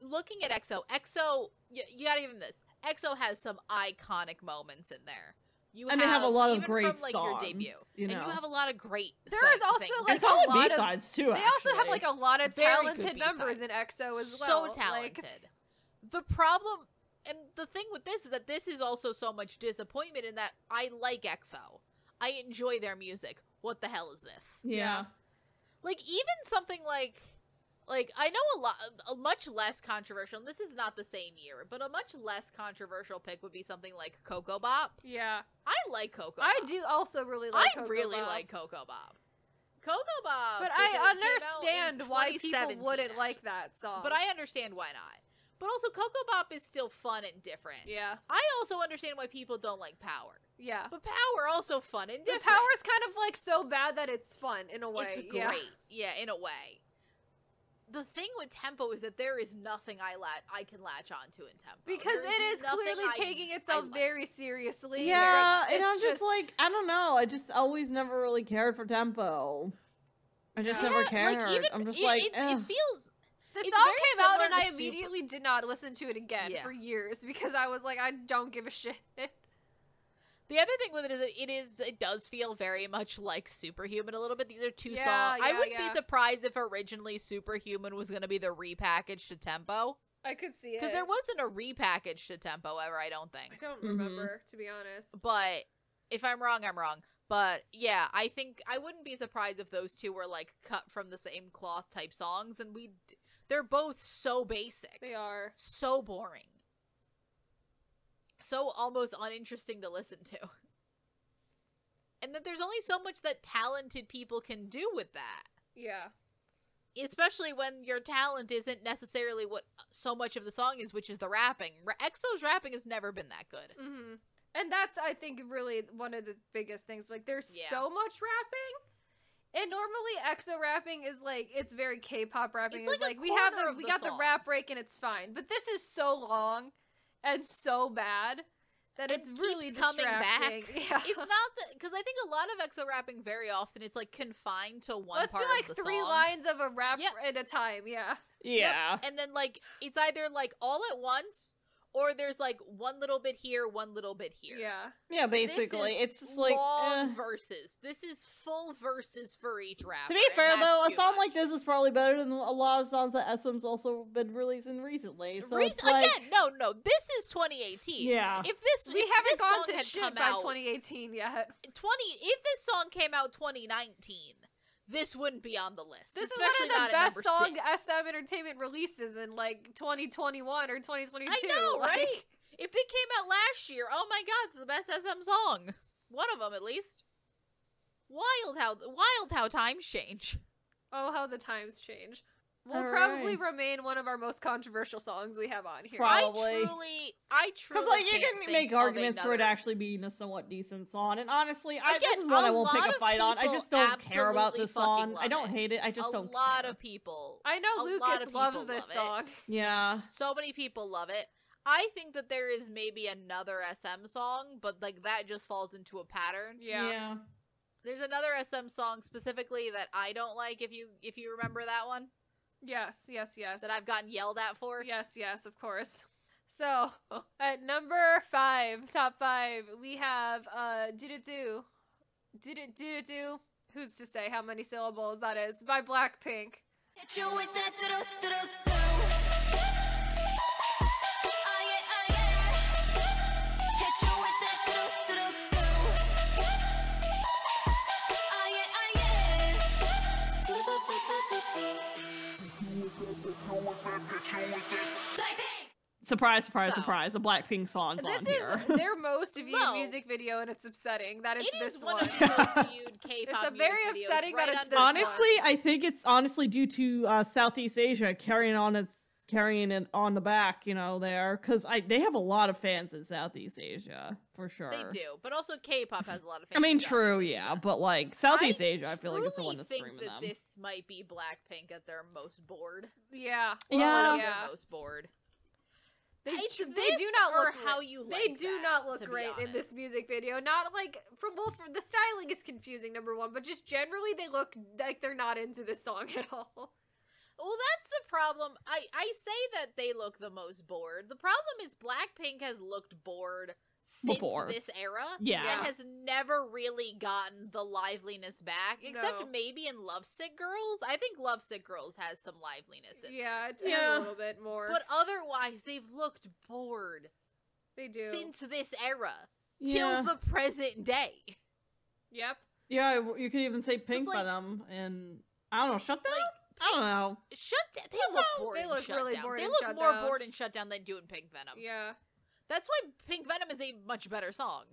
B: looking at EXO, EXO, you, you gotta give him this. EXO has some iconic moments in there. You
C: And they have a lot of
B: even
C: great
B: from, like,
C: songs,
B: Your debut,
C: you
B: and
C: know.
B: you have a lot of great.
A: There
B: thi-
A: is also,
B: things.
A: like,
C: and solid
A: a lot of-
C: B sides too.
A: They also have
C: actually.
A: like a lot of
B: Very good
A: talented members in
B: B-sides.
A: EXO as well.
B: So
A: Like,
B: talented. the problem and the thing with this is that this is also so much disappointment in that I like EXO. I enjoy their music. What the hell is this?
C: yeah.
B: like even something like like I know a lot a much less controversial. And this is not the same year, but a much less controversial pick would be something like Coco Bop.
A: yeah.
B: I like Coco.
A: I
B: Bop.
A: do also really like.
B: I
A: Coco
B: really
A: Bop.
B: like Coco Bop. Coco Bop.
A: But
B: because
A: I
B: it came out in
A: understand why people
B: 2017,
A: wouldn't like
B: actually.
A: that song.
B: But I understand why not. But also Coco Bop is still fun and different.
A: yeah,
B: I also understand why people don't like Power.
A: yeah.
B: But Power also fun and
A: The
B: different.
A: power's kind of like so bad that it's fun in a way.
B: It's great.
A: yeah.
B: Yeah. in a way. The thing with tempo is that there is nothing I la- I can latch onto in tempo
A: Because
B: There
A: it is
B: is nothing
A: clearly
B: I-
A: taking itself
B: like.
A: very seriously.
C: Yeah,
B: Like,
C: and
B: it's
C: I'm just,
B: just-
C: like, I don't know. I just always never really cared for tempo. I just
A: Yeah,
C: never
B: Yeah,
C: cared.
B: Like, even,
C: I'm just
B: it,
C: like,
B: it,
C: eh.
B: it feels
A: The
B: It's
A: song
B: very
A: came out
B: similar
A: and
B: to
A: I
B: Super-
A: immediately did not listen to it again
B: Yeah.
A: for years because I was like, I don't give a shit.
B: the other thing with it is that it is it does feel very much like Superhuman a little bit. These are two
A: Yeah,
B: songs. I
A: yeah,
B: wouldn't
A: yeah.
B: be surprised if originally Superhuman was going to be the repackage to tempo
A: I could see it.
B: because there wasn't a repackage to tempo ever. I don't think.
A: I don't
C: Mhm.
A: remember, to be honest.
B: but if I'm wrong, I'm wrong. But yeah, I think I wouldn't be surprised if those two were like cut from the same cloth type songs, and we d- they're both so basic,
A: They are.
B: so boring, so almost uninteresting to listen to. And that there's only so much that talented people can do with that,
A: Yeah.
B: especially when your talent isn't necessarily what so much of the song is, which is the rapping. Ra- EXO's rapping has never been that good.
A: hmm And that's, I think, really one of the biggest things. Like, there's
B: Yeah.
A: so much rapping. And normally, EXO rapping is like it's very K-pop rapping.
B: It's
A: It's
B: like a
A: like, we have
B: quarter
A: the
B: of
A: we
B: the
A: got the
B: song.
A: rap break and it's fine. But this is so long and so bad that
B: It
A: it's really
B: keeps coming
A: distracting.
B: back.
A: Yeah.
B: it's not because I think a lot of EXO rapping very often it's like confined to one
A: Let's do
B: part
A: like
B: of the
A: three
B: song,
A: lines of a rap
B: Yep.
A: at a time. Yeah.
C: yeah.
B: and then like it's either like all at once or there's like one little bit here, one little bit here.
A: Yeah.
C: Yeah,
B: This
C: basically.
B: is
C: It's just like.
B: long
C: eh.
B: verses. This is full verses for each rapper.
C: To be
B: and
C: fair,
B: that's
C: though, a
B: too
C: song
B: much.
C: like this is probably better than a lot of songs that SM's also been releasing recently. So
B: Reese-
C: it's like,
B: again, no, no, this is 2018.
C: yeah,
B: If this
A: We
B: if
A: haven't
B: this
A: gone
B: song
A: to
B: had
A: shit
B: come
A: by
B: out
A: 2018 yet.
B: 20 if this song came out 2019, this wouldn't be on the list.
A: This
B: especially
A: is one
B: not
A: of the
B: at
A: best
B: number
A: song
B: six.
A: SM Entertainment releases in like 2021 or 2022.
B: know,
A: like-
B: right? If it came out last year, oh my god, it's the best SM song. One of them, at least. Wild how wild how times change.
A: Oh, how the times change. Will
C: All
A: probably
C: right.
A: remain one of our most controversial songs we have on here.
C: Prob-
B: I
C: Probably.
B: truly, I truly
C: because like you
B: can't
C: can
B: think
C: make
B: of
C: arguments for it
B: another.
C: actually being a somewhat decent song. And honestly, I,
B: Again,
C: this is one
B: a
C: I won't pick
B: lot
C: a
B: of
C: fight on. I
B: people
C: just don't care about
B: absolutely
C: this
B: fucking
C: song.
B: love
C: I don't
B: it.
C: hate it. I just
B: a
C: don't.
B: lot
C: care.
B: of people.
A: I know
B: A lot
A: Lucas
B: of
A: loves
B: people
A: this
B: love
A: song.
C: yeah.
B: So many people love it. I think that there is maybe another SM song, but like that just falls into a pattern.
A: Yeah.
B: There's another SM song specifically that I don't like. If you if you remember that one.
A: Yes, yes, yes.
B: that I've gotten yelled at for.
A: Yes, yes, of course. So, at number five, top five, we have uh, Doo Doo Doo. Doo Doo Doo Doo Doo. Who's to say how many syllables that is? By Blackpink.
E: Hit you with that do do do do. Oh yeah, oh yeah. Hit you with that do do do do. Oh yeah, oh yeah. Do do do do do do.
C: Surprise, surprise,
B: So-
C: surprise! A Blackpink song's
A: This
C: on here.
A: is their most viewed
B: Well-
A: music video, and it's upsetting that it's
B: It
A: this
B: is one
A: one.
B: of the most viewed K-pop.
A: a very
B: music videos
A: upsetting
B: right
A: that it's
B: under
A: this
B: Smile.
A: Honestly,
C: honestly, I think it's honestly due to uh, Southeast Asia carrying on its carrying it on the back, you know, there because I they have a lot of fans in Southeast Asia for sure.
B: they do, but also K-pop has a lot of.
C: I mean,
B: fans out
C: true,
B: there.
C: yeah, but like Southeast
B: I
C: Asia, I feel like it's the one
B: truly
C: that's
B: think
C: screaming
B: that
C: them.
B: This might be Blackpink at their most bored.
A: yeah,
B: One
C: yeah,
B: of their
A: Yeah.
B: most bored.
A: they,
B: It's
A: tr- they
B: this
A: do not
B: or
A: look
B: how
A: great.
B: you.
A: They
B: like
A: do
B: that,
A: not look
B: to be
A: great in this
B: honest.
A: music video. Not like from both the styling is confusing number one, but just generally they look like they're not into this song at all.
B: Well, that's the problem. I I say that they look the most bored. The problem is Blackpink has looked bored since
C: Before.
B: this era.
C: Yeah.
B: And has never really gotten the liveliness back, except
A: No.
B: maybe in Lovesick Girls. I think Lovesick Girls has some liveliness in it.
A: Yeah, it, a
C: Yeah.
A: little bit more.
B: But otherwise, they've looked bored
A: they do.
B: since this era
C: yeah.
B: till the present day.
A: yep.
C: yeah, w- you could even say Pink
B: like-
C: Venom, and I don't know, shut down. I don't know.
B: Shut down. They look bored.
A: They
B: and
A: look
B: shut
A: really
B: down.
A: bored
B: They
A: and
B: look
A: shut
B: more
A: down.
B: bored and shut down than doing Pink Venom.
A: Yeah.
B: That's why Pink Venom is a much better song.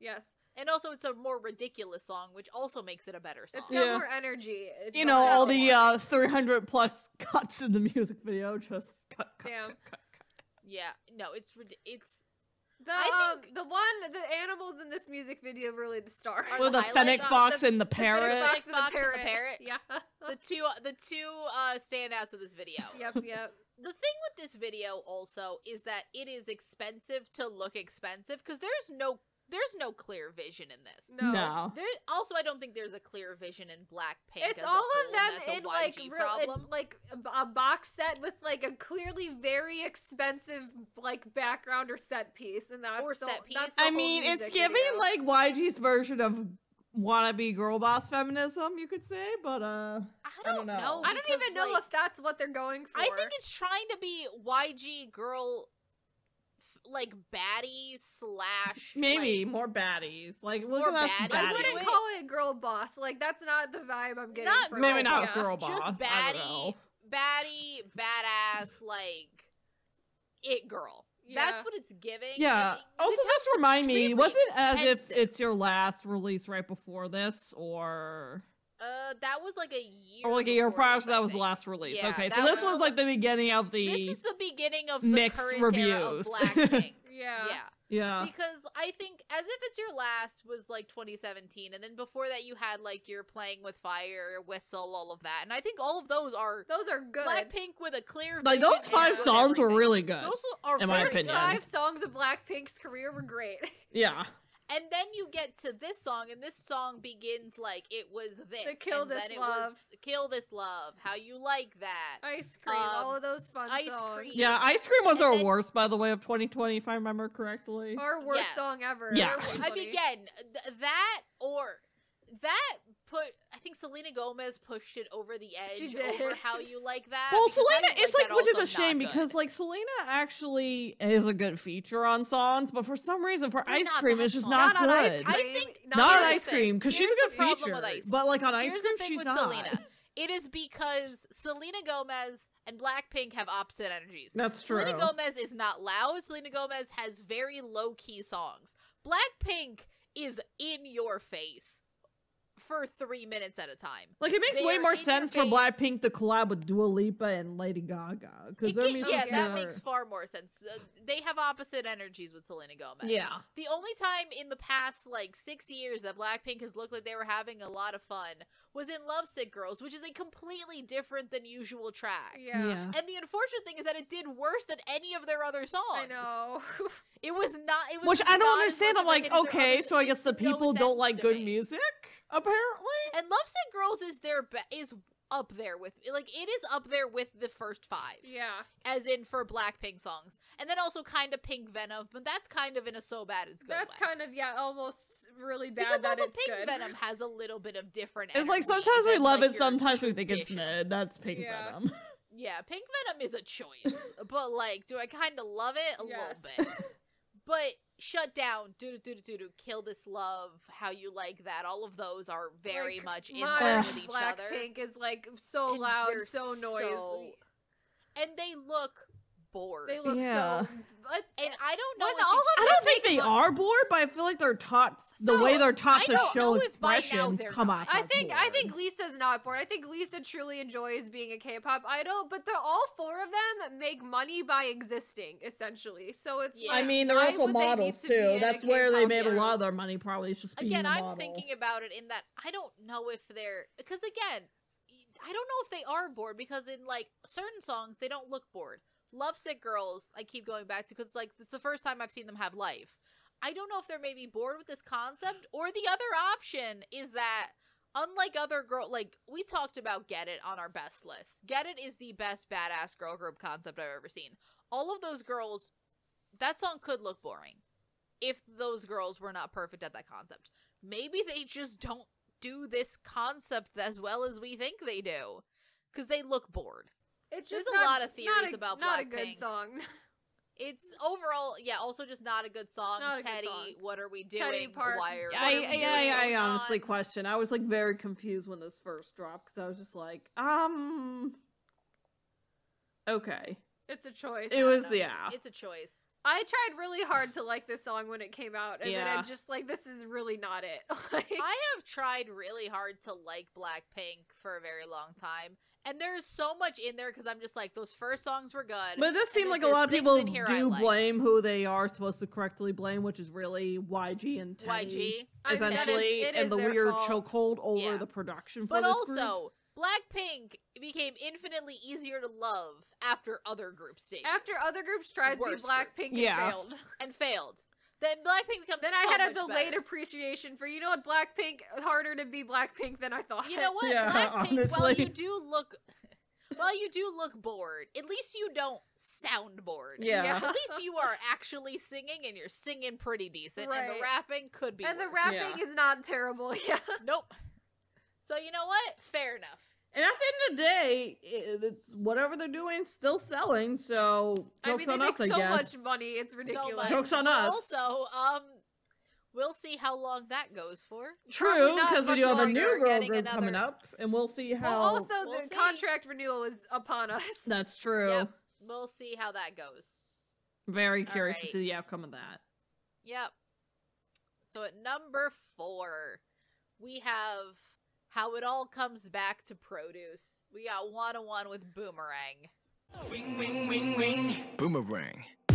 A: Yes.
B: And also, it's a more ridiculous song, which also makes it a better song.
A: It's got
C: Yeah.
A: more energy. It's
C: You know,
A: not
C: all
A: that
C: the
A: boring.
C: uh, 300 plus cuts in the music video just cut, cut,
A: Damn.
C: cut, cut, cut.
B: yeah, no, it's rid- it's
A: The
B: I
A: um, the one the animals in this music video are really the stars.
B: Are
C: Well, the
B: Silent
C: fennec
B: Fox-
C: fox and the
A: The fennec
C: parrot.
A: fox and the
B: Fox and the
A: parrot.
B: parrot.
A: Yeah.
B: the two the two uh standouts of this video.
A: yep. Yep.
B: The thing with this video also is that it is expensive to look expensive because there's no there's no clear vision in this.
A: No.
C: No.
B: There also I don't think there's a clear vision in Blackpink.
A: It's
B: as a
A: all
B: whole,
A: of
B: and that's
A: them
B: a
A: in like real,
B: YG problem.
A: in, like a b- a box set with like a clearly very expensive like background or set piece, and that's
B: Or
A: the,
B: set piece.
A: That's the
C: I
A: whole
C: mean, it's
A: music
C: giving
A: video.
C: like YG's version of wannabe girl boss feminism, you could say, but uh,
B: I don't
C: dunno.
B: know.
A: I don't
B: because,
A: even know
B: like,
A: if that's what they're going for.
B: I think it's trying to be YG girl, f- like baddie slash
C: maybe
B: like,
C: more baddies. Like, look
B: more
C: at us
B: baddies.
A: I
B: baddie.
A: wouldn't
B: Wait.
A: call it girl boss. Like that's not the vibe I'm getting.
B: Not
A: from
C: Maybe
A: it,
C: not
A: yeah.
C: girl
B: just
C: boss. I don't
B: baddie,
C: know.
B: baddie, badass, like it girl.
A: Yeah.
B: That's what it's giving. and
C: Yeah.
B: it-
C: Also,
B: it's
C: just remind me,
B: extremely
C: was it as if
B: expensive.
C: it's your last release right before this, or
B: Uh, that was like a year.
C: or like a year
B: before
C: prior?
B: this,
C: So
B: I
C: that was the
B: think.
C: last release.
B: Yeah,
C: okay, so
B: that
C: this
B: was-
C: was like the beginning of the
B: This is the beginning of the
C: mixed
B: current era of
C: reviews.
B: Blackpink.
A: Yeah.
B: yeah.
C: yeah.
B: Because I think as if it's your last was like 2017, and then before that you had like you're playing with fire, whistle, all of that, and I think all of those are
A: Those are good.
B: Blackpink with a clear.
C: Like
B: vision
C: those
B: and
C: five
B: with
C: songs were
B: everything.
C: really good.
B: Those are
C: in my
B: very
A: First
C: opinion.
B: good.
A: five songs of Blackpink's career were great.
C: Yeah.
B: And then you get to this song, and this song begins like it was this.
A: Kill
B: and then
A: This
B: it
A: Love.
B: Was, Kill this love. How you like that?
A: Ice cream, all of those fun
B: Um, Ice
A: songs.
B: Cream.
C: Yeah, Ice Cream
B: And
C: was our
B: then-
C: worst, by the way, of 2020, if I remember correctly.
A: Our worst
B: Yes.
A: song ever.
C: Yeah.
A: Our worst
B: I
A: funny.
B: mean, again, th- that or that put. I think Selena Gomez pushed it over the edge.
A: She did.
B: Over how you like that?
C: Well,
B: because How
C: Selena,
B: You
C: it's like,
B: That
C: which is a
B: also not
C: shame
B: good.
C: because like Selena actually is a good feature on songs, but for some reason for
B: But
C: Ice
B: not
C: Cream
B: that
C: it's just
B: song.
C: not,
A: on
C: good.
A: ice cream.
B: I think-
C: not
B: Here's
C: on
B: the
C: Ice
B: thing.
C: Cream because she's
B: Here's
C: a
B: the
C: good
B: problem
C: feature,
B: with Ice.
C: but like on Ice
B: Here's
C: Cream
B: the thing
C: she's
B: with
C: not.
B: Selena. It is because Selena Gomez and Blackpink have opposite energies.
C: That's true.
B: Selena Gomez is not loud. Selena Gomez has very low key songs. Blackpink is in your face for three minutes at a time.
C: Like it makes
B: They
C: way
B: are
C: more
B: in your
C: sense for
B: face.
C: Blackpink to collab with Dua Lipa and Lady Gaga because
B: It
C: their
B: get-
C: music's
B: yeah, that
C: more-
B: makes far more sense. Uh, they have opposite energies with Selena Gomez.
C: yeah.
B: The only time in the past like six years that Blackpink has looked like they were having a lot of fun was in Lovesick Girls, which is a completely different than usual track.
A: yeah.
B: And the unfortunate thing is that it did worse than any of their other songs.
A: I know.
B: It was not. It was
C: Which
B: just
C: I
B: not
C: don't
B: as
C: understand.
B: much
C: I'm
B: of a hit
C: like,
B: as their
C: okay,
B: others.
C: so I
B: It
C: guess the
B: makes no
C: people don't
B: sense
C: like
B: to
C: good
B: me.
C: music, apparently.
B: And Lovesick Girls is their be- is up there with like it is up there with the first five.
A: yeah.
B: As in for Blackpink songs, and then also kind of Pink Venom, but that's kind of in a so bad it's good.
A: That's
B: way.
A: kind of yeah, almost really bad
B: because
A: that
B: also
A: it's
B: Pink
A: good.
B: Venom has a little bit of different.
C: It's like
B: energy
C: sometimes we
B: than,
C: love
B: like,
C: it,
B: your
C: sometimes we think it's
B: traditional-
C: mid. That's Pink
A: Yeah.
C: Venom.
B: Yeah, Pink Venom is a choice, but like, do I kind of love it a
A: Yes.
B: little bit? But shut down, do do do do do, kill this love, how you like that. All of those are very
A: Like,
B: much in
A: my
B: line with each other.
A: Blackpink is like so
B: And
A: loud,
B: they're
A: so noisy.
B: so- and they look bored.
A: They look
C: Yeah.
A: so. But
B: and I don't know.
A: When
B: if
A: all
B: it's
A: of
C: I
A: Let's
B: just-
C: don't think
A: make
C: they
A: fun-
C: are bored, but I feel like their tots, the
A: So,
C: way their
B: I
C: tots to
B: don't
C: show
B: know if by now
C: expressions
B: they're
C: come
B: not.
C: off.
A: I
C: as
A: think I
C: bored.
A: think Lisa's not bored. I think Lisa truly enjoys being a K-pop idol, but the all four of them make money by existing essentially. So it's
B: Yeah.
A: like,
C: I mean, they're
A: why
C: also
A: would they need
C: models
A: to be in
C: too.
A: a
C: That's where they
A: K-pop
C: made a
A: group?
C: lot of their money. Probably is just being
B: again,
C: a
B: I'm
C: model.
B: thinking about it in that I don't know if they're because again, I don't know if they are bored because in like certain songs they don't look bored. Lovesick Girls, I keep going back to because like it's the first time I've seen them have life. I don't know if they're maybe bored with this concept or the other option is that unlike other girl like we talked about Get It on our best list. Get It is the best badass girl group concept I've ever seen. All of those girls that song could look boring if those girls were not perfect at that concept maybe they just don't do this concept as well as we think they do because they look bored
A: It's
B: There's
A: just
B: a
A: not-
B: lot of
A: it's not
B: theories
A: a-
B: about
A: not a good
B: Blackpink.
A: song.
B: it's overall yeah also just not a good song
A: Not a good
B: teddy
A: song.
B: what are we doing
A: Teddy Park.
B: why are
A: Yeah,
B: what
C: I,
B: are we doing?
C: I, I,
B: Going on?
C: honestly question. I was like very confused when this first dropped because I was just like, um, okay.
A: It's a choice.
C: It was
B: know.
C: yeah.
B: it's a choice
A: I tried really hard to like this song when it came out, and then
C: Yeah.
A: I'm just like, this is really not it. like,
B: i have tried really hard to like blackpink for a very long time and there's so much in there because i'm just like those first songs were good
C: But it does
B: and
C: seem
B: then
C: like a
B: there's
C: lot of
B: things
C: people
B: in here I
C: do
B: like.
C: blame who they are supposed to correctly blame, which is really YG and Teddy,
B: yg
A: I- that is-
C: essentially,
A: it is
C: and the
A: their
C: weird
A: fault.
C: chokehold over
B: Yeah.
C: the production. For
B: But
C: this
B: also,
C: group.
B: Blackpink became infinitely easier to love after other groups did
A: after other groups tried to be
B: Worse
A: Blackpink and
B: groups.
C: Yeah.
A: failed.
B: and failed. Then Blackpink becomes
A: Then
B: so
A: I had a
B: much
A: delayed
B: better.
A: appreciation for you know what Blackpink harder to be Blackpink than I thought.
B: You know what?
C: Yeah,
B: Blackpink, while
C: honestly.
B: you do look while you do look bored, at least you don't sound bored.
C: Yeah.
B: At least you are actually singing and you're singing pretty decent and
A: Right.
B: the rapping could be
A: and the
B: worse.
A: rapping is not terrible. Yeah.
B: Nope. So you know what? Fair enough.
C: and at the end of the day, i it's whatever they're doing, is still selling. So
A: I
C: jokes
A: mean, they
C: on
A: make
C: us,
A: so
C: I guess.
A: much money. It's
B: So
A: ridiculous.
B: much.
C: Jokes on us.
B: Also, um we'll see how long that goes for.
C: True,
A: not
C: because we
A: much
C: do have a
A: longer.
C: new girl
B: Getting
C: group coming
B: another-
C: up, and we'll see how.
A: well, also
B: We'll
A: the
B: see.
A: contract renewal is upon us.
C: That's true.
B: Yep. We'll see how that goes.
C: Very
B: All
C: curious to
B: right.
C: see the outcome of that.
B: Yep. So at number four, we have how it all comes back to produce. We got one on one with Boomerang.
D: Wing, wing, wing, wing. Boomerang. uh,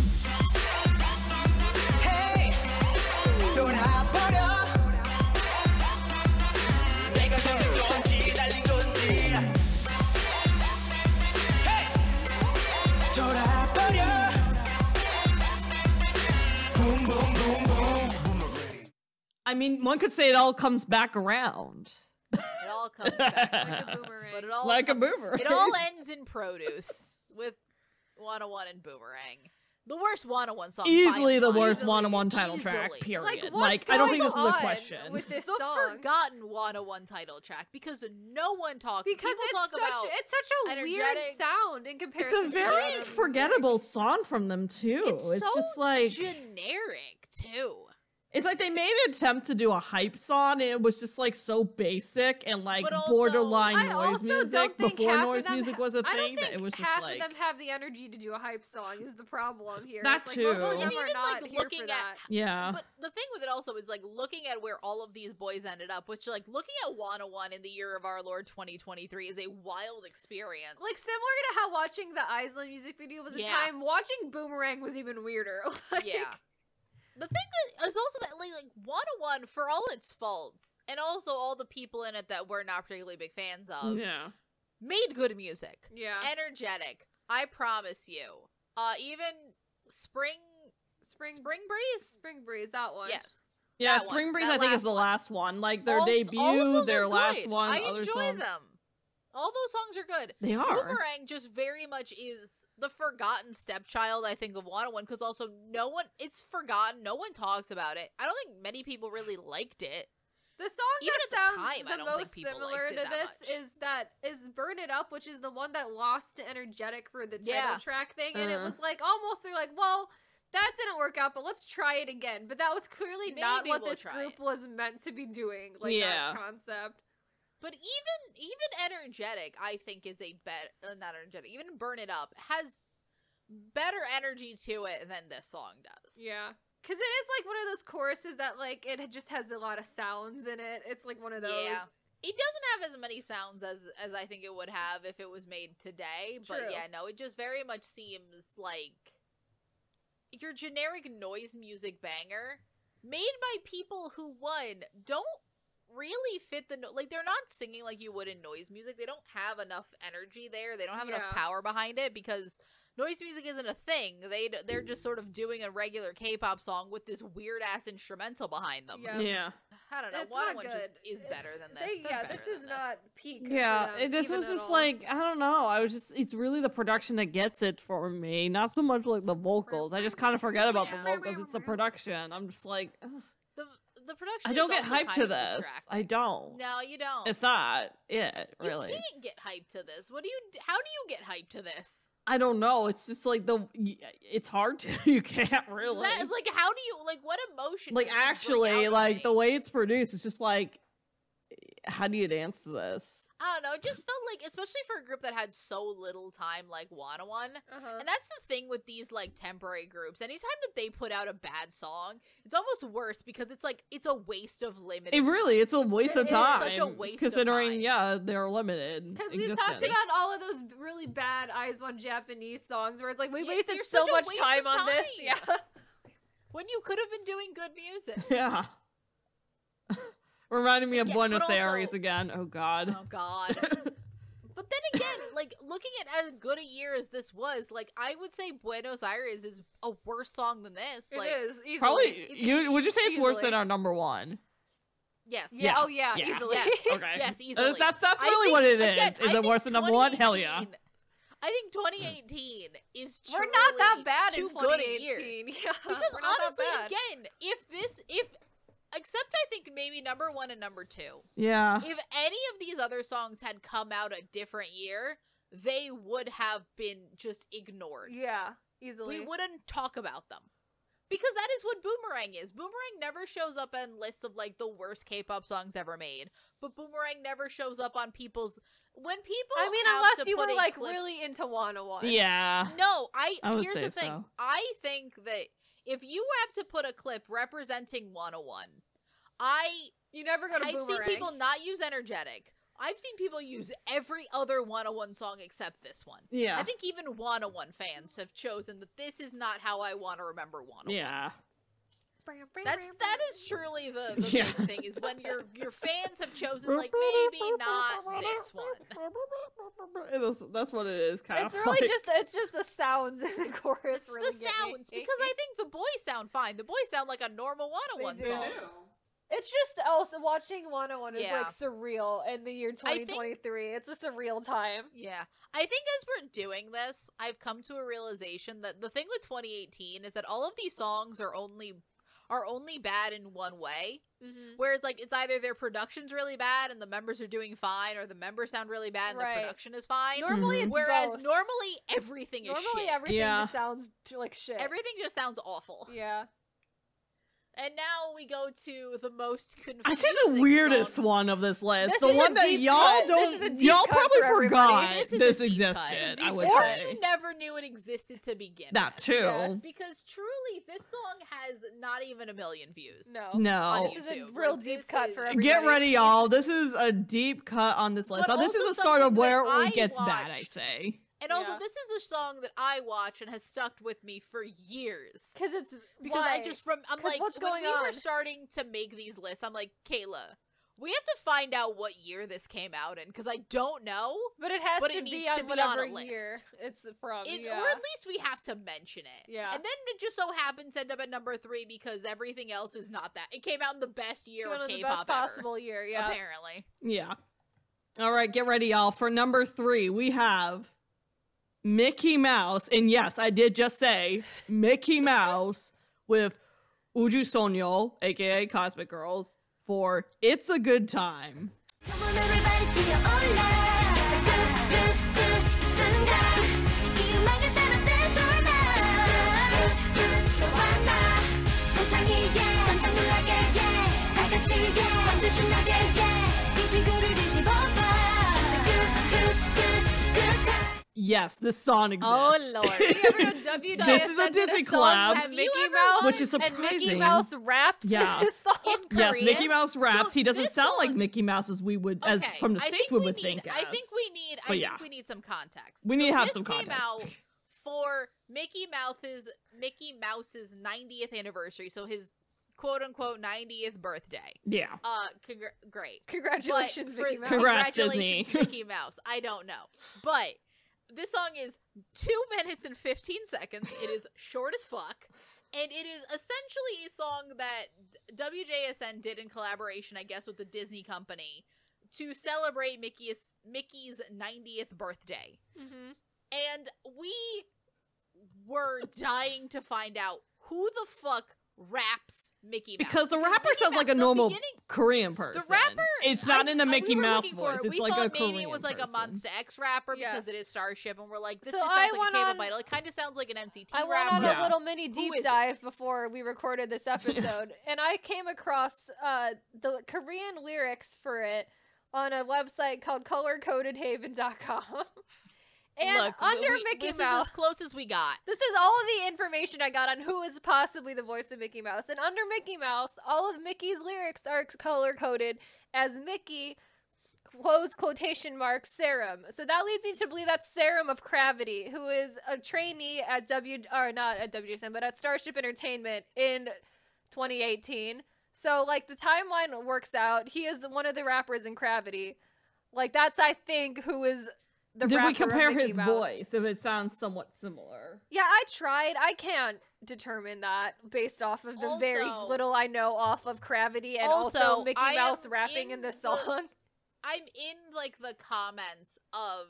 C: I mean, one could say it all comes back around,
B: It all comes back,
A: Like a boomerang.
B: but it all
C: like a
B: com-
C: boomerang.
B: it all ends in produce with one on one and Boomerang. The worst one on one song. by
C: easily
B: a
C: the
B: mile.
C: worst one-on-one title
B: Easily.
C: track. Period.
A: like,
C: Like,
A: what's
C: I don't
A: going
C: think this is
A: on
C: a question.
A: with this
B: The
A: song.
B: forgotten one on one title track because no one talks.
A: because
B: people
A: it's
B: talk
A: such
B: about
A: it's such a weird
B: energetic-
A: sound in comparison.
C: It's
A: to
C: a
A: the other
C: very
A: music.
C: forgettable song from them too.
B: It's
C: It's,
B: so
C: just like
B: generic too.
C: it's like they made an attempt to do a hype song, and it was just like so basic and like
B: But also-
C: borderline
A: I
C: noise
A: also don't
C: music
A: think
C: before
A: half of
C: noise
A: them
C: music
A: ha-
C: was a
A: I don't
C: thing. That
A: think
C: it was just
A: half
C: like
A: of them have the energy to do a hype song. Is the problem here?
C: That
A: It's like, most of
C: too.
A: them
C: And
A: are
B: even,
A: not
B: like,
A: here
B: looking
A: for
B: at-
A: that.
C: yeah.
B: But the thing with it also is like looking at where all of these boys ended up, which like looking at Wanna One in the year of our Lord 2023 is a wild experience.
A: Like similar to how watching the Island music video was a
B: Yeah.
A: time, watching Boomerang was even weirder. Like,
B: yeah. The thing that is also that like, like Wanna One for all its faults and also all the people in it that we're not particularly big fans of
C: Mm, yeah.
B: made good music,
A: Yeah.
B: energetic. I promise you. Uh, even spring
A: Spring,
B: spring breeze.
A: Spring Breeze, that one.
B: Yes.
C: Yeah,
B: That one.
C: Spring Breeze,
B: That
C: I think,
B: last
C: is the
B: one.
C: last one. Like their
B: All- all of
C: debut,
B: those
C: their
B: are
C: last
B: good.
C: one.
B: I
C: other
B: enjoy
C: songs,
B: them. All those songs are good.
C: they are.
B: Boomerang just very much is the forgotten stepchild, I think, of Wanna One, because also no one, it's forgotten. No one talks about it. I don't think many people really liked it.
A: The song
B: Even
A: that
B: at the
A: sounds
B: time, I
A: the
B: don't think
A: most
B: people
A: similar to
B: liked it that
A: this
B: much.
A: is that is Burn It Up, which is the one that lost to Energetic for the title
B: Yeah.
A: track thing, and it
C: Uh-huh.
A: was like almost they're like, well, that didn't work out, but let's try it again. But that was clearly not
B: Maybe
A: what
B: we'll
A: this
B: try
A: group
B: it.
A: was meant to be doing, like
C: Yeah.
A: that concept.
B: But even even energetic, I think is a bet uh, not energetic. Even burn it up has better energy to it than this song does.
A: Yeah. Cause it is like one of those choruses that like it just has a lot of sounds in it. It's like one of those.
B: Yeah. It doesn't have as many sounds as as I think it would have if it was made today. But
A: True.
B: yeah, no, it just very much seems like your generic noise music banger made by people who one don't really fit the no- like they're not singing like you would in noise music. They don't have enough energy there. They don't have
A: Yeah.
B: enough power behind it because noise music isn't a thing. They d- they're just sort of doing a regular K-pop song with this weird ass instrumental behind them.
A: Yeah.
C: Yeah.
B: I don't know.
A: It's
B: One
A: not
B: on one
A: good.
B: just is
A: It's-
B: better than this.
A: they-
B: They're
A: yeah,
B: better
A: this is
B: than
A: not peak. for
C: Yeah,
A: them,
C: it, this
A: even
C: was
A: at
C: just
A: all.
C: like I don't know. I was just it's really the production that gets it for me, not so much like the vocals. I just kind of forget about the
A: Yeah.
C: vocals. It's the production. I'm just like ugh.
B: the the production.
C: I don't
B: is
C: get
B: Oh, also
C: hyped
B: kind
C: to
B: of
C: this. I
B: distracting.
C: don't.
B: No, you don't.
C: It's not it really.
B: You can't get hyped to this. What do you? d- How do you get hyped to this?
C: I don't know. It's just like the y- it's hard to you can't
B: Is
C: really
B: that- it's like how do you like what emotion?
C: like
B: does this bring out
C: actually
B: in
C: like
B: me?
C: the way it's produced. It's just like how do you dance to this?
B: I don't know. It just felt like, especially for a group that had so little time, like Wanna One.
A: Uh-huh.
B: And that's the thing with these like temporary groups. Anytime that they put out a bad song, it's almost worse because it's like it's a waste of limited.
C: It really it's a waste
A: It
C: of
A: is
C: time.
B: such a waste of
C: considering
B: time.
C: yeah they're limited.
A: Because we talked
C: existence.
A: about all of those b- really bad Eyes One Japanese songs where it's like we
B: Yeah,
A: wasted
B: you're
A: so
B: such a
A: much
B: waste of
A: time on this.
B: time.
A: Yeah.
B: when you could have been doing good music.
C: Yeah. Reminding me of
B: Yeah, but
C: Buenos Aires
B: also-
C: again. Oh God.
B: Oh God. But then again, like looking at as good a year as this was, like I would say Buenos Aires is a worse song than this.
A: It
B: like
A: is easily.
C: Probably.
B: it's
C: You would you say it's worse than
A: easily.
C: our number one?
B: yes.
A: Yeah.
C: Yeah,
A: Oh yeah.
C: yeah.
A: Easily.
B: Yes.
C: Okay.
B: Yes, easily.
C: That's that's, that's
B: I
C: really
B: think-
C: what it is.
B: again, I
C: is it
B: think
C: worse than number one? Hell yeah.
B: 2018 I think 2018 is
A: We're not that
B: truly
A: bad in
B: too good a year.
A: 2018. Yeah.
B: Because
A: we're not
B: honestly,
A: that bad.
B: again, if this, if except I think maybe number one and number two,
C: Yeah.
B: if any of these other songs had come out a different year, they would have been just ignored.
A: yeah. Easily.
B: we wouldn't talk about them because that is what boomerang is boomerang never shows up on lists of like the worst k-pop songs ever made but boomerang never shows up on people's when people
A: I mean,
B: opt
A: unless
B: to
A: you
B: put
A: were
B: a
A: like
B: clip-
A: really into Wanna One.
C: Yeah.
B: no i,
C: I would
B: here's
C: say
B: the thing
C: so.
B: i think that if you have to put a clip representing 101 i
A: You never go to
B: i've
A: Boomerang.
B: seen people not use energetic i've seen people use every other 101 song except this one
C: Yeah.
B: I think even 101 fans have chosen that this is not how I want to remember 101.
C: yeah.
B: That's that is truly the, the
C: Yeah.
B: big thing is when your your fans have chosen like maybe not this one.
C: That's, that's what it is. Kind
A: It's
C: of.
A: really
C: like-
A: just it's just the sounds in the chorus.
B: It's
A: really
B: the
A: get me.
B: sounds because I think the boys sound fine. The boys sound like a normal 101
A: They do.
B: song.
A: It's just also watching 101 is
B: Yeah.
A: like surreal in the year
B: I think-
A: 2023. It's a surreal time.
B: Yeah. I think as we're doing this, I've come to a realization that the thing with 2018 is that all of these songs are only are only bad in one way. Whereas like it's either their production's really bad and the members are doing fine, or the members sound really bad and
A: Right.
B: the production is fine.
A: Normally,
C: Mhm.
A: it's
B: Whereas
A: both.
B: normally everything is
A: normally
B: shit.
A: everything
C: Yeah.
A: just sounds p- like shit.
B: everything just sounds awful.
A: Yeah.
B: And now we go to the most confusing.
C: I said the
B: song.
C: weirdest one of this list.
A: This
C: the
A: is a
C: one that
A: deep
C: y'all
A: cut. This is a
C: don't.
A: deep
C: Y'all
A: cut
C: probably
A: for everybody.
C: forgot
B: This
C: this,
B: is a deep cut.
C: existed. I
A: Deep
C: would
A: cut.
B: Or
C: say
B: you never knew it existed to begin.
C: that
B: with.
C: too.
A: Yes.
B: Because truly, this song has not even a million views.
A: No.
C: No.
A: This is a
B: YouTube,
A: real
B: like,
A: deep
B: this
A: cut for
B: is-
A: everybody.
C: Get ready, y'all. This is a deep cut on this list.
B: But
C: Now, this
B: also
C: is a start of
B: something
C: where
B: that I
C: it gets bad, I
B: watched.
C: say.
B: And also,
A: Yeah.
B: this is a song that I watch and has stuck with me for years.
A: Because it's
B: because
A: why?
B: I just rem- I'm
A: 'Cause
B: like
A: what's
B: when
A: going
B: we were
A: on?
B: starting to make these lists, I'm like Kayla, we have to find out what year this came out in because I don't know,
A: but it has
B: but
A: to
B: it
A: be
B: needs
A: on
B: to be on
A: whatever
B: a list.
A: year it's from.
B: it,
A: Um, yeah.
B: or at least we have to mention it.
A: Yeah.
B: and then it just so happens to end up at number three because everything else is not that. It came out in the best year
A: One
B: of
A: of the
B: K-pop
A: best
B: ever,
A: possible year. Yeah.
B: apparently.
C: Yeah. All right, get ready, y'all. For number three, we have Mickey Mouse. And yes, I did just say Mickey Mouse with Uju Sonyo, aka Cosmic Girls, for It's a Good Time.
E: Come on everybody 뛰어올라 끄끄끄 순간 이 음악을 따라 dance all night 끄끄끄 와나 세상이 yeah 깜짝 놀라게 yeah 다 같이 yeah 완전 신나게 yeah 이 지구를 뒤집어
C: yes, this song
B: Oh
C: exists.
B: lord.
A: We ever know WTF
B: This
C: is a
A: did
C: Disney
A: song
C: collab.
A: to
B: Have you
A: Mickey
B: ever
A: Mouse,
C: Which is
A: and Mickey
C: surprising.
A: Mouse raps
C: Yeah.
A: this song.
B: In
C: Yes,
B: Korean?
C: Mickey Mouse raps.
B: So
C: he doesn't
B: this
C: sound like
B: song-
C: Mickey Mouse as we would, as
B: Okay,
C: from the
B: I
C: states
B: think
C: we
B: we
C: would
B: need,
C: think.
B: I
C: as.
B: think we need. I
C: But yeah.
B: think we need some context.
C: We
B: So
C: need to have
B: this
C: some
B: came out
C: context.
B: for Mickey Mouse's Mickey Mouse's 90th anniversary, so his quote unquote 90th birthday.
C: Yeah,
B: Uh, congr- great. But
A: Congratulations,
B: for-
A: Mickey Mouse.
C: Congrats.
B: congratulations,
C: Disney.
B: Mickey Mouse. I don't know, but this song is two minutes and fifteen seconds. It is short as fuck, and it is essentially a song that WJSN did in collaboration, I guess, with the Disney company to celebrate Mickey's Mickey's ninetieth birthday.
A: hmm
B: And we were dying to find out who the fuck raps Mickey Mouse
C: because the rapper
B: Mickey
C: sounds
B: Mouse-
C: like a
B: the
C: normal
B: beginning-
C: Korean person.
B: rapper-
C: it's not
B: I-
C: in a
B: I- we
C: Mickey
B: were
C: Mouse
B: looking for
C: voice.
B: it.
C: It's
B: we
C: like
B: thought
C: a Korean
B: maybe it was like
C: person.
B: a Monster X rapper because
A: Yes.
B: it is Starship, and we're like, this
A: So
B: just
A: I
B: sounds like
A: went
B: a
A: on-
B: Cable Idol. It kind of sounds like an NCT
A: I went on
B: rapper.
A: a
C: Yeah.
A: little mini
B: is
A: deep
B: it?
A: dive before we recorded this episode, and I came across uh, the Korean lyrics for it on a website called colorcodedhaven.com. And
B: Look, we-
A: under
B: we-
A: Mickey
B: this
A: Mouse,
B: is as close as we got.
A: This is all of the information I got on who is possibly the voice of Mickey Mouse. And under Mickey Mouse, all of Mickey's lyrics are color coded as Mickey close quotation mark serum. So that leads me to believe that's Serum of Gravity, who is a trainee at W or not at WSN, but at Starship Entertainment in 2018. So like the timeline works out. He is the- one of the rappers in Gravity. Like that's I think who is the
C: Did
A: rapper
C: we
A: of
C: compare
A: Mickey
C: his
A: Mouse.
C: voice if it sounds somewhat similar?
A: Yeah, I tried. I can't determine that based off of the very
B: Also-
A: little I know off of Gravity and also,
B: Also,
A: Mickey
B: I am
A: Mouse rapping in
B: in
A: this
B: the-
A: song.
B: I'm in like the comments of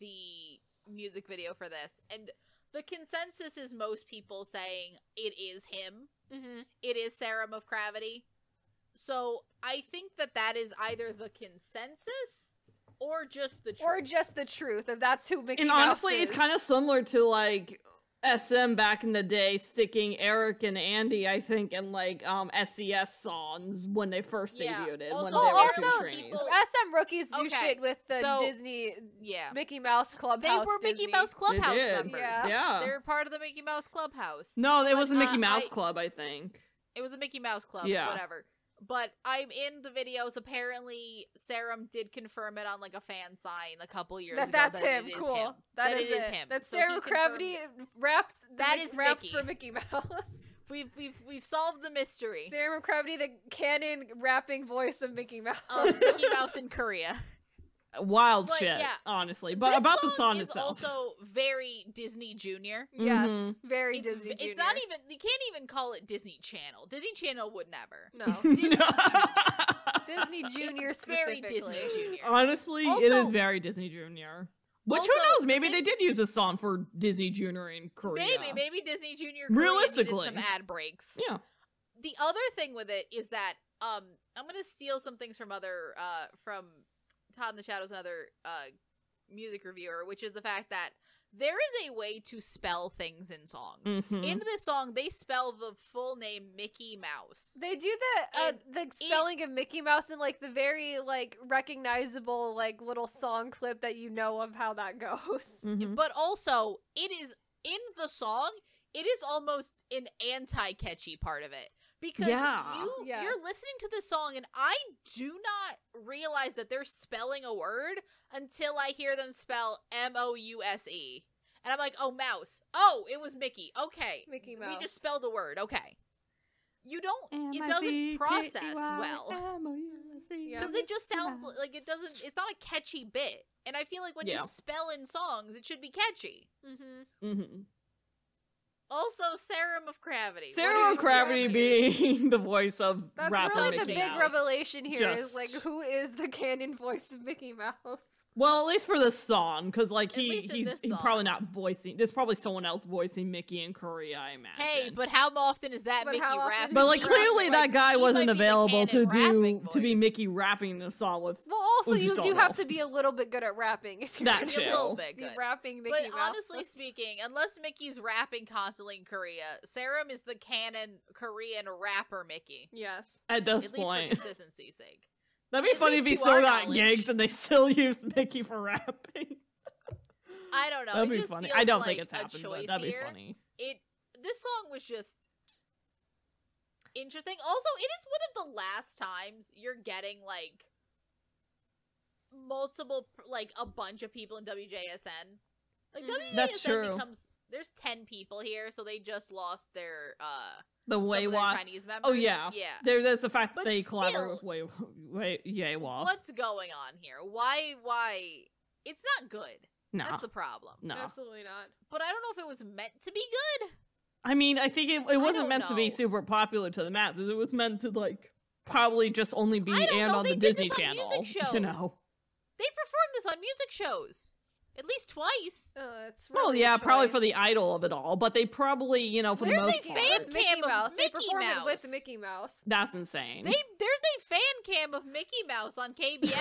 B: the music video for this, and the consensus is most people saying it is him.
A: hmm
C: Mm-hmm.
B: It is Serum of Gravity. So I think that that is either the consensus or just the
A: Or
B: truth.
A: just the truth of that's who Mickey
C: and
A: Mouse
C: honestly,
A: is.
C: it's kind of similar to like SM back in the day, sticking Eric and Andy, I think, in like um SES songs when they first
B: Yeah.
C: debuted when
B: Also,
A: Well,
C: they were
A: also,
C: two trainees.
B: people-
A: SM rookies do
B: Okay,
A: shit with the
B: so-
A: Disney
B: yeah.
A: Mickey Mouse
B: They
A: Clubhouse.
B: were Mickey
A: Disney.
B: Mouse Clubhouse
C: did.
B: members.
A: Yeah.
C: Yeah.
B: They're part of the Mickey Mouse Clubhouse.
C: No, it
B: But,
C: was a Mickey
B: uh,
C: Mouse
B: I-
C: Club, I think.
B: It was a Mickey Mouse Club,
C: Yeah.
B: whatever. But I'm in the videos. Apparently, Serum did confirm it on like a fan sign a couple years
A: That
B: ago.
A: that's
B: that
A: him.
B: It is
A: Cool.
B: him.
A: That
B: That
A: is
B: it is
A: it.
B: him.
A: That's
B: So he
A: Sarah Gravity raps.
B: That
A: That is
B: is
A: raps
B: Mickey.
A: for Mickey Mouse.
B: We've we've we've solved the mystery
A: Sarah Gravity, the canon rapping voice of Mickey Mouse.
B: of Mickey Mouse in Korea.
C: Wild
B: But,
C: shit,
B: yeah.
C: honestly. But
B: This
C: about the song
B: is
C: itself.
B: also very Disney Junior.
A: yes,
C: Mhm.
A: very
B: It's,
A: Disney.
B: it's not
A: Junior.
B: even you can't even call it Disney Channel. Disney Channel would never.
A: no
B: Disney
A: Disney Junior
B: it's very
A: specifically.
B: Disney Junior.
C: Oh, honestly, it is
B: Also-
C: very Disney Junior. Which
B: Also,
C: who knows? Maybe
B: Mick-
C: they did use this song for Disney Junior in Korea.
B: Maybe, maybe Disney Junior. Korea needed
C: Realistically.
B: some ad breaks.
C: Yeah.
B: The other thing with it is that um, I'm gonna steal some things from other uh from Todd in the Shadows, another uh music reviewer, which is the fact that there is a way to spell things in songs.
C: Mhm.
B: In this song, they spell the full name Mickey Mouse.
A: They do the uh,
B: And
A: the spelling of Mickey Mouse in like the very like recognizable like little song clip that you know of how that goes.
C: Mhm.
B: but also, it is in the song. It is almost an anti-catchy part of it because
C: Yeah.
B: you
A: Yes.
B: you're listening to this song, and I do not realize that they're spelling a word until I hear them spell M O U S E, and I'm like, oh, mouse. Oh, it was Mickey. Okay,
A: Mickey
B: we
A: Mouse.
B: just spelled a word. Okay, you
C: E
B: don't. It doesn't process well.
A: Yeah.
B: because it just sounds
C: Nice.
B: like it doesn't it's not a catchy bit and i feel like when
C: Yeah.
B: you spell in songs it should be catchy Mm-hmm.
A: hmm
C: Mhm.
B: also serum of gravity What
C: Sarah
B: are you
C: Gravity
B: doing?
C: being the voice of
A: That's
C: rapper
A: really the
C: Mickey
A: big
C: Mouse.
A: revelation here is like
C: Just-
A: who is the canon voice of Mickey Mouse?
C: Well, at least for this song, because like
B: At
C: he
B: least in
C: he's
B: this
C: he
B: song.
C: probably not voicing. There's probably someone else voicing Mickey in Korea. I imagine.
B: hey but how often is that
A: But
B: mickey
A: how often
B: rapping?
A: is
C: But like
A: Mickey rapping,
C: clearly that
B: Like,
C: guy
B: he might be
C: wasn't
B: the
C: available
B: canon
C: to do
B: rapping
C: to be
B: voice.
C: Mickey rapping the song with.
A: Well, also
C: We
A: you
C: just
A: do
C: don't
A: have
C: know.
A: to be a little bit good at rapping if you're
C: That
A: gonna
C: too.
B: a little bit
A: be
B: good
A: rapping Mickey
B: but
A: Mouse.
B: honestly speaking, unless Mickey's rapping constantly in Korea, Serum is the canon Korean rapper Mickey.
A: yes,
C: At this
B: at
C: point,
B: least for consistency's sake.
C: that'd be
B: at
C: funny if he
B: least to our
C: sold out
B: knowledge.
C: gigs and they still used Mickey for rapping.
B: I don't know.
C: That'd
B: it
C: be
B: just
C: funny.
B: Feels
C: I don't
B: like
C: think it's
B: a
C: happened,
B: choice
C: but that'd be
B: here.
C: funny.
B: It this song was just interesting. Also, it is one of the last times you're getting like multiple like a bunch of people in WJSN. Like
A: Mhm.
B: WJSN
C: That's true.
B: becomes there's 10 people here, so they just lost their uh
C: The
B: some of their
C: Waywalk.
B: Chinese members.
C: yeah.
B: Yeah.
C: There, there's the fact
B: But
C: that they collaborate
B: still-
C: with Way, Way, Yaywalk.
B: What's going on here? Why why it's not good.
C: No,
B: That's the problem.
C: no.
A: Absolutely not.
B: But I don't know if it was meant to be good.
C: I mean, I think it, it wasn't
B: don't
C: meant to be
B: know.
C: super popular to the masses. It was meant to like probably just only be
B: I don't
C: aired
B: know,
C: on
B: they
C: the
B: did
C: Disney
B: this on
C: Channel.
B: music
C: You know.
B: shows. They performed this on music shows. At least twice.
A: Oh, that's
C: Well,
A: really
C: yeah,
A: a
C: probably
A: choice.
C: for the idol of it all, but they probably, you know, for the
B: Where's
C: most
B: they
C: part,
B: fan
A: With
B: cam
A: Mickey
B: of
A: Mouse. They
B: Mickey
A: performed it
B: Mouse.
A: with Mickey Mouse.
C: that's insane.
B: They there's a fan cam of Mickey Mouse on KBS.
C: Mickey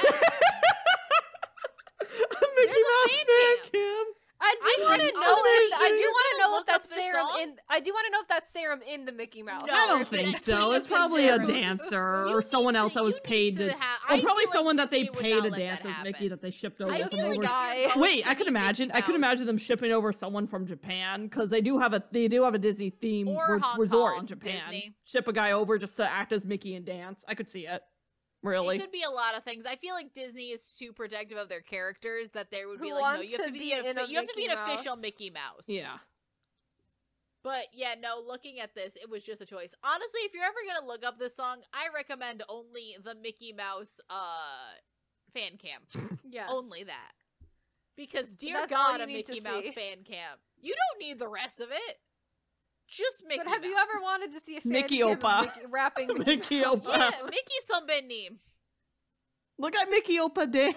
C: Mouse
B: fan
C: fan cam.
A: I do
B: I'm
A: want to
B: like,
A: know
B: oh,
A: if
B: they're
A: I do
B: gonna
A: want to know if
B: look up
A: that's
B: this
A: serum
B: song?
A: in. I do want to know if that's serum in the Mickey Mouse.
B: No.
C: I
B: or
C: don't
B: if
C: think
B: that's
C: so.
B: Queen
C: It's
B: of
C: probably a
B: Pizarro.
C: dancer
B: You
C: or
B: need
C: someone
B: to-
C: else that
B: you
C: was
B: need
C: paid
B: have-
C: to. Or
B: I
C: probably
B: feel like
C: someone that they
B: Disney would
C: paid
B: not
C: to
B: let
C: dance
B: that
C: as
B: happen.
C: Mickey that they shipped over.
B: I
A: Well,
C: and
A: if
B: feel
C: they
A: they
B: like if
C: were
A: were-
B: you're
A: Wait,
B: going
C: Wait,
B: to
C: I could
B: be Mickey
C: imagine. I could
B: Mouse
C: imagine them shipping over someone from Japan because they do have a they do have a Disney theme
B: Or
C: re-
B: Hong
C: resort
B: Kong,
C: in Japan.
B: Disney.
C: Ship a guy over just to act as Mickey and dance. I could see it. Really,
B: It could be a lot of things. I feel like Disney is too protective of their characters that there would
A: Who
B: be like, no,
A: wants
B: you have
A: to
B: to be,
A: be
B: an,
A: in a
B: offi- you have to be an
A: Mickey
B: official
A: Mouse?
B: Mickey Mouse.
C: yeah.
B: But yeah, no, looking at this, it was just a choice. Honestly, if you're ever gonna look up this song, I recommend only the Mickey Mouse uh fan cam.
A: Yes.
B: Only that. Because dear
A: That's all
B: God,
A: you
B: a
A: need to
B: Mickey Mouse
A: see.
B: fan cam. You don't need the rest of it. Just Mickey.
A: But have you
B: Mouse.
A: ever wanted to see a fan
C: Mickey
A: cam of
C: Opa.
A: Mickey, rapping
C: Mickey
A: Mouse?
C: Opa.
B: Yeah, Mickey Sombenim.
C: Look at Mickey Opa dance.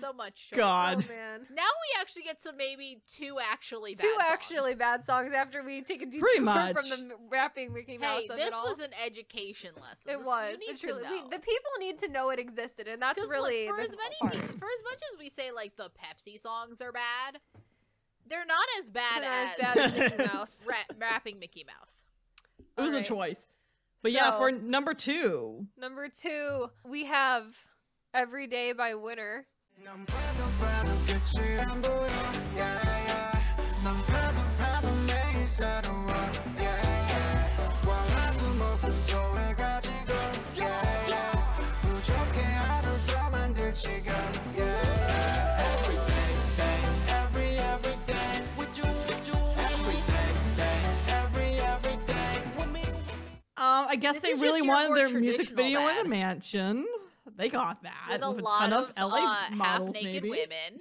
B: So much. choice.
C: God.
A: Oh man.
B: Now we actually get to maybe two actually bad
A: Two
B: songs.
A: actually bad songs after we take a detour
C: Pretty
A: from
C: much.
A: the m- rapping Mickey Mouse
B: Hey,
A: of
B: this
A: it all.
B: was an education lesson.
A: it
B: This-
A: was.
B: You need
A: It truly-
B: to
A: we-
B: know.
A: the people need to know it existed, and that's
B: 'Cause look,
A: really
B: for
A: the
B: as
A: difficult
B: many
A: part.
B: people, for as much as we say like the Pepsi songs are bad, they're not as bad
A: They're not as
B: as,
A: bad as Mickey Mouse.
B: ra- rapping Mickey Mouse.
C: It was a
A: Alright.
C: choice. But yeah,
A: So-
C: for number two,
A: Number two, we have "Every Day" by Winner.
D: 넌 봐도 봐도 끝이 안 보여 yeah, yeah. 넌 봐도 봐도 매일 새로워 yeah, yeah. 월화수목금 조를 가지고 yeah, yeah. 부족해 하루 더 만들 시간 yeah, yeah. Every day, day, every, every day with you, with you. Every day, day, every, every day with me, with me.
C: um, I guess
B: This
C: they
B: is
C: really
B: just your
C: wanted
B: more
C: their music
B: traditional
C: video in
B: bad.
C: a mansion. They got that
B: With a
C: with
B: lot
C: ton
B: of,
C: of, LA
B: uh,
C: models,
B: half-naked
C: maybe.
B: women.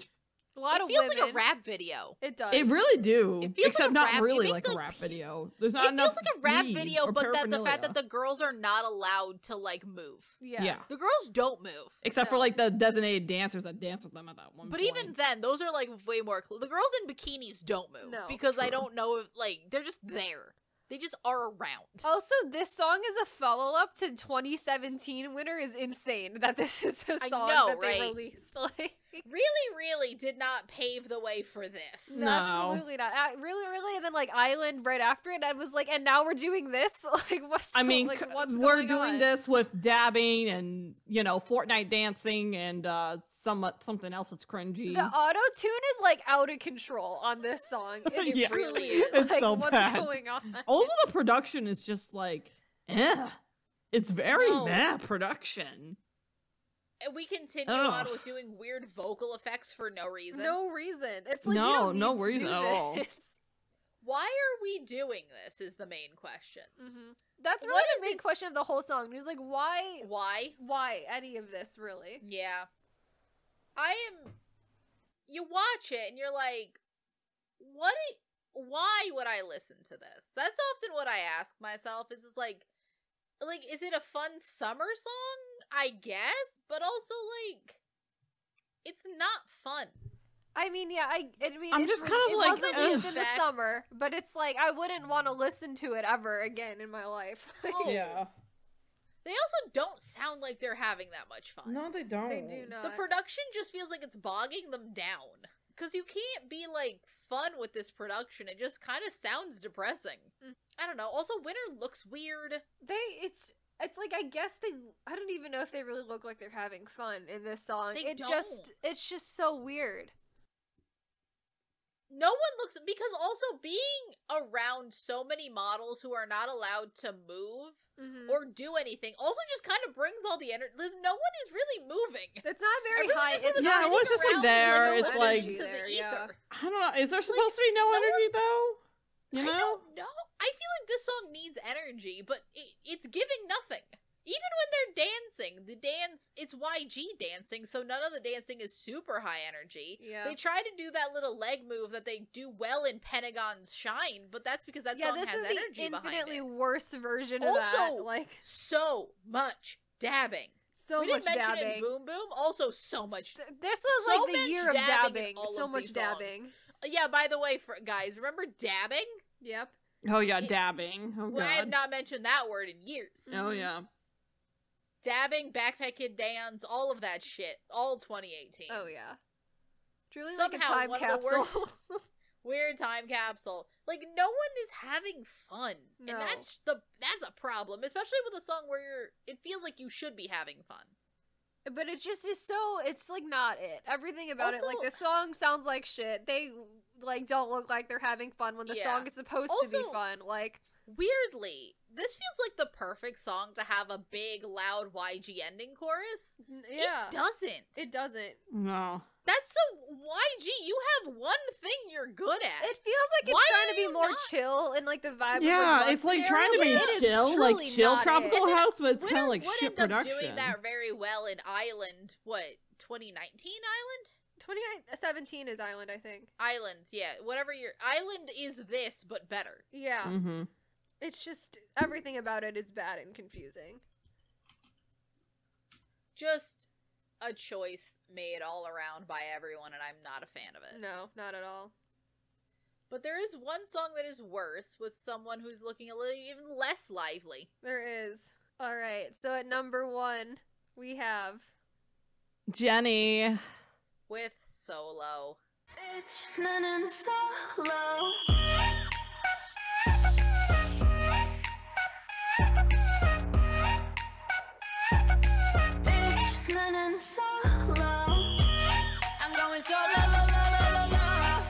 A: A lot
B: it
A: of
B: feels
A: women.
B: like a rap video.
A: It does.
C: It really do,
B: It feels like
C: except
B: a
C: not
B: rap- it
C: really
B: makes
C: like a
B: like-
C: rap video. There's
B: It
C: not
B: feels
C: enough.
B: like a rap
C: weed
B: video,
C: or
B: but that the fact that
C: paraphernalia.
B: the girls are not allowed to like move.
A: Yeah.
C: yeah.
B: The girls don't move.
C: Except for
A: No.
C: like the designated dancers that dance with them at that one.
B: But
C: point.
B: even then, those are like way more. Cl- the girls in bikinis don't move
A: No.
B: because I
C: True.
B: don't know if like they're just there. They just are around.
A: Also, this song is a follow up to 2017. Winner is insane that this is the
B: I
A: song
B: know,
A: that they
B: right?
A: released. Like,
B: Really, really did not pave the way for this.
A: no, absolutely not. Uh, really, really, and then like Island right after it, and was like, and now we're doing this. Like, what's
C: I mean,
A: like,
C: c-
A: what's
C: we're
A: going
C: doing
A: on?
C: this with dabbing and you know Fortnite dancing and uh, some something else that's cringy.
A: The auto tune is like out of control on this song. It
C: Yeah.
A: really is.
C: It's
A: like,
C: so
A: what's
C: bad.
A: going on?
C: also, the production is just like, eh. It's very
B: No.
C: bad production.
B: And we continue
C: Ugh.
B: on with doing weird vocal effects for no reason.
A: No reason. It's like you
C: No,
A: don't
C: no
A: need to
C: reason
A: do
C: at all.
A: this.
B: Why are we doing this? Is the main question.
A: Mhm. That's really
B: What is
A: the main
B: its-
A: question of the whole song. It was like, why,
B: Why?
A: why any of this really?
B: Yeah. I am you watch it and you're like what i- why would I listen to this? That's often what I ask myself is just like like is it a fun summer song? I guess, but also like it's not fun.
A: I mean, yeah, I, I mean,
C: I'm
A: it's
C: just
A: re-
C: kind of
A: it
C: like,
A: was released
B: ugh.
A: in the
B: Facts.
A: summer, but it's like I wouldn't want to listen to it ever again in my life.
B: Oh. They also don't sound like they're having that much fun.
C: they don't.
A: they do not.
B: The production just feels like it's bogging them down cuz you can't be like fun with this production. It just kind of sounds depressing.
A: Mm.
B: I don't know. Also, Winter looks weird.
A: they, it's, it's like I guess they. I don't even know if they really look like they're having fun in this song.
B: They
A: it just, it's just so weird.
B: No one looks because also being around so many models who are not allowed to move
A: Mhm.
B: or do anything also just kind of brings all the energy. There's no one is really moving.
A: It's not very
B: Everyone
A: high.
B: just sort
A: It's
B: of
C: Yeah,
A: not.
B: sitting
A: any-
C: well, it's just, like,
B: around,
A: there,
B: no
A: it's,
B: energy
A: like-
B: to the
A: there, yeah.
B: ether.
C: I don't know. Is there supposed to be no
B: no
C: energy though?
B: I
C: You know?
B: don't know. I feel like this song needs energy, but it, it's giving nothing. Even when they're dancing, the dance it's YG dancing, so none of the dancing is super high energy.
A: Yeah.
B: They try to do that little leg move that they do well in Pentagon's Shine, but that's because that
A: yeah,
B: song
A: this
B: has
A: is the
B: energy behind
A: infinitely
B: it.
A: worse version of
B: Also-
A: that. Like
B: So much dabbing.
A: so
B: we
A: much
B: didn't mention
A: dabbing.
B: in Boom Boom. Also, so much.
A: Th- This was
B: so
A: like
B: much
A: the year of
B: dabbing in
A: dabbing.
B: all
A: So
B: of
A: much
B: these songs.
A: dabbing.
B: Yeah. By the way, for guys, remember dabbing?
A: Yep.
C: Oh yeah,
B: It-
C: dabbing. Oh
B: Well, I have
C: god.
B: not mentioned that word in years.
C: Oh yeah.
B: dabbing, backpack kid dance, all of that shit, all 2018.
A: Oh yeah. Truly like a
B: Somehow,
A: time
B: one of the
A: capsule.
B: Weird time capsule. Like no one is having fun,
A: No.
B: and that's the that's a problem, especially with a song where you're, it feels like you should be having fun.
A: but it's just is so it's like not it. Everything about it like
B: Also-
A: the song sounds like shit. They like don't look like they're having fun when the
B: Yeah.
A: song is supposed to be
B: Also-
A: fun. Like
B: Weirdly, this feels like the perfect song to have a big, loud YG ending chorus.
A: n- yeah.
B: It doesn't.
A: It doesn't.
C: No.
B: that's so YG. You have one thing you're good at.
A: It feels like it's
B: Why
A: trying
B: are
A: to be
B: you
A: more
B: not-
A: chill and like the vibe. of,
C: Yeah,
A: like,
C: it's like
A: Love
C: trying to be
A: Stereo. It is
C: chill, like
A: truly
C: chill
A: not it.
C: tropical
B: And then
C: house, but it's
B: Winter
C: kind of like
B: would
C: shit
B: end up doing
C: production.
B: that very well in Island. What 2019 Island?
A: 2017 is Island, I think.
B: Island, yeah, whatever your Island is this but better.
A: Yeah,
C: Mm-hmm.
A: it's just everything about it is bad and confusing.
B: Just a choice made all around by everyone, and I'm not a fan of it.
A: No, not at all.
B: But there is one song that is worse with someone who's looking a little even less lively.
A: There is. All right, so at number one we have.
C: Jenny.
B: With solo.
E: Bitch, 나는 solo. Bitch, 나는 solo. I'm going solo, la la la la la.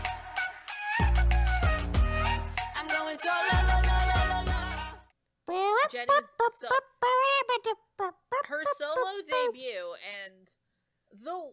E: I'm going solo, la la la la la.
B: Jenny's so- her solo debut and the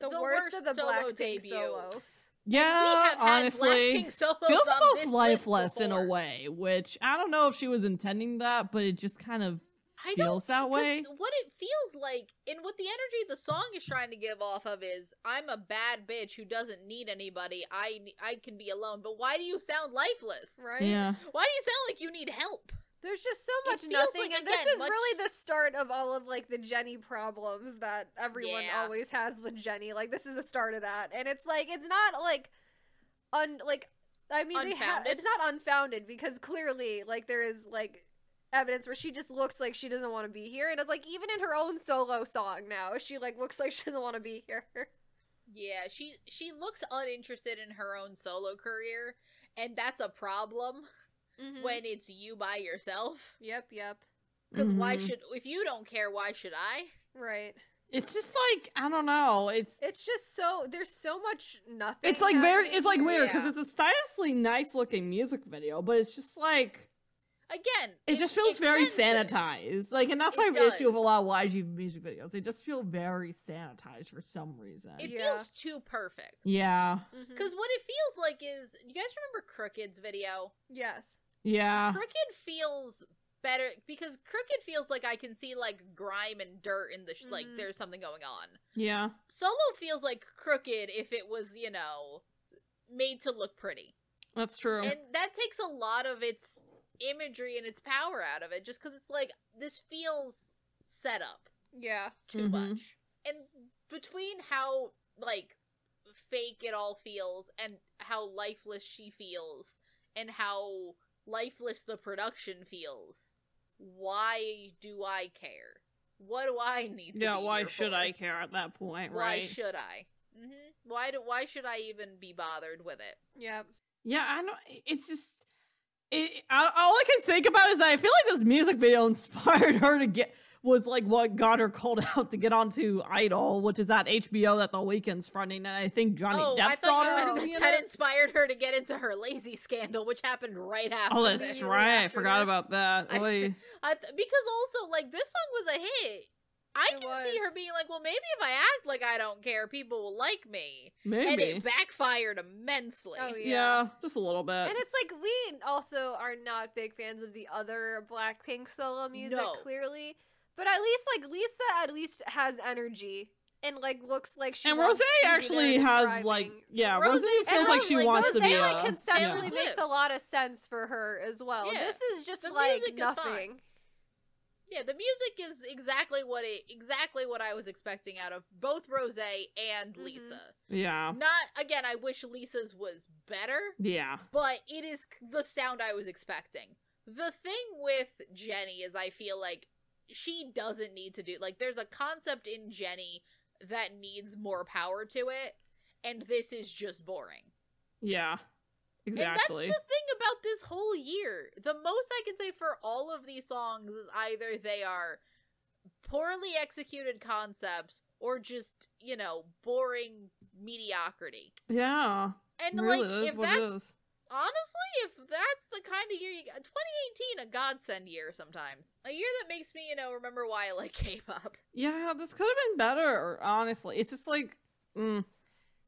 A: The,
B: The
A: worst, of
B: worst
A: the
B: solo
A: Blackpink
B: debut.
A: solos.
B: we
C: Yeah,
B: have had
C: Uh, honestly.
B: Blackpink solos
C: Feels
B: on
C: the most
B: this list
C: lifeless in a
B: before.
C: way, which I don't know if she was intending that, but it just kind of
B: I don't
C: feels that way.
B: Because What it feels like, and what the energy the song is trying to give off of is, I'm a bad bitch who doesn't need anybody. I I can be alone. But why do you sound lifeless?
A: Right?
C: Yeah.
B: Why do you sound like you need help?
A: There's just so
B: It
A: much
B: feels
A: nothing,
B: like,
A: and this
B: again,
A: is
B: much-
A: really the start of all of like the Jenny problems that everyone
B: Yeah.
A: always has with Jenny. Like this is the start of that, and it's like it's not like un like I mean they ha-
B: Unfounded?
A: it's not unfounded because clearly like there is like evidence where she just looks like she doesn't want to be here, and it's like even in her own solo song now she like looks like she doesn't want to be here.
B: Yeah, she she looks uninterested in her own solo career, and that's a problem when it's you by yourself.
A: yep, yep,
B: Because why
C: Mhm.
B: should if you don't care, why should I?
A: right.
C: It's just like I don't know. It's
A: It's just so there's so much nothing.
C: it's like very it's like
A: happening.
C: weird because
B: Yeah.
C: it's a stylishly nice looking music video, but it's just like
B: Again,
C: it
B: it's
C: just feels very
B: expensive.
C: sanitized. Like, and that's
B: It
C: my issue with a
B: does.
C: lot of YG music videos. They just feel very sanitized for some reason.
B: It
A: Yeah.
B: feels too perfect.
C: yeah,
A: Mhm.
B: Because what it feels like is, you guys remember Crooked's video?
A: yes.
C: yeah,
B: Crooked feels better because Crooked feels like I can see like grime and dirt in the sh- like
A: Mhm.
B: there's something going on.
C: yeah.
B: Solo feels like Crooked if it was, you know, made to look pretty.
C: That's true.
B: And that takes a lot of its imagery and its power out of it just cuz it's like this feels set up
A: Yeah.
B: too
C: Mhm.
B: much. And between how like fake it all feels and how lifeless she feels and how lifeless the production feels, why do I care? What do I need to
C: yeah,
B: be
C: why
B: here
C: should
B: for?
C: I care at that point,
B: Why
C: right?
B: should I? hmm Why do why should I even be bothered with it?
A: Yep.
C: yeah, I don't. It's just. It, I, all I can think about is that I feel like this music video inspired her to get was like what got her called out to get onto Idol, which is that HBO that The Weeknd's fronting, and I think Johnny
B: oh, I
C: Depp's
B: thought
C: daughter.
B: you
A: daughter
B: meant
C: will be
B: that,
C: in
B: that
C: it.
B: inspired her to get into her lazy scandal, which happened right after.
C: Oh,
B: this.
C: that's
A: Immediately
C: right. I
A: after
C: forgot
A: this.
C: about that.
B: I-
C: Oy.
B: I th- because also like this song was a hit. I
A: It
B: can see her
A: was.
B: being like, well, maybe if I act like I don't care, people will like me, and
C: Maybe.
B: it backfired immensely.
A: Oh,
C: yeah. just a little bit.
A: And it's like we also are not big fans of the other Blackpink solo music,
B: No.
A: clearly. But at least like Lisa at least has energy and like looks like she.
C: and
A: wants
C: Rose
A: to be there
C: actually has like
A: describing.
C: yeah, Rose,
B: Rose
C: feels
A: And
C: like
A: Ro-
C: she
B: like,
C: wants
A: Rose
C: to be uh,
A: like
C: a,
A: conceptually
B: yeah.
A: makes a lot of sense for her as well.
B: Yeah.
A: This is just
B: The
A: like
B: music is fine.
A: nothing.
B: Yeah, the music is exactly what it exactly what I was expecting out of both Rose and
A: Mhm.
B: Lisa.
C: yeah,
B: Not again, I wish Lisa's was better,
C: yeah,
B: but it is c- the sound I was expecting. The thing with Jenny is I feel like she doesn't need to do like there's a concept in Jenny that needs more power to it, and this is just boring.
C: yeah, exactly.
B: And that's the thing about this whole year. The most I can say for all of these songs is either they are poorly executed concepts or just, you know, boring mediocrity.
C: yeah,
B: And
C: really, that
B: like
C: is
B: if
C: what it
B: that's
C: is.
B: honestly, if that's the kind of year you got 2018 a godsend year sometimes. A year that makes me, you know, remember why I like K-pop.
C: Yeah, this could have been better. Honestly, it's just like. Mm.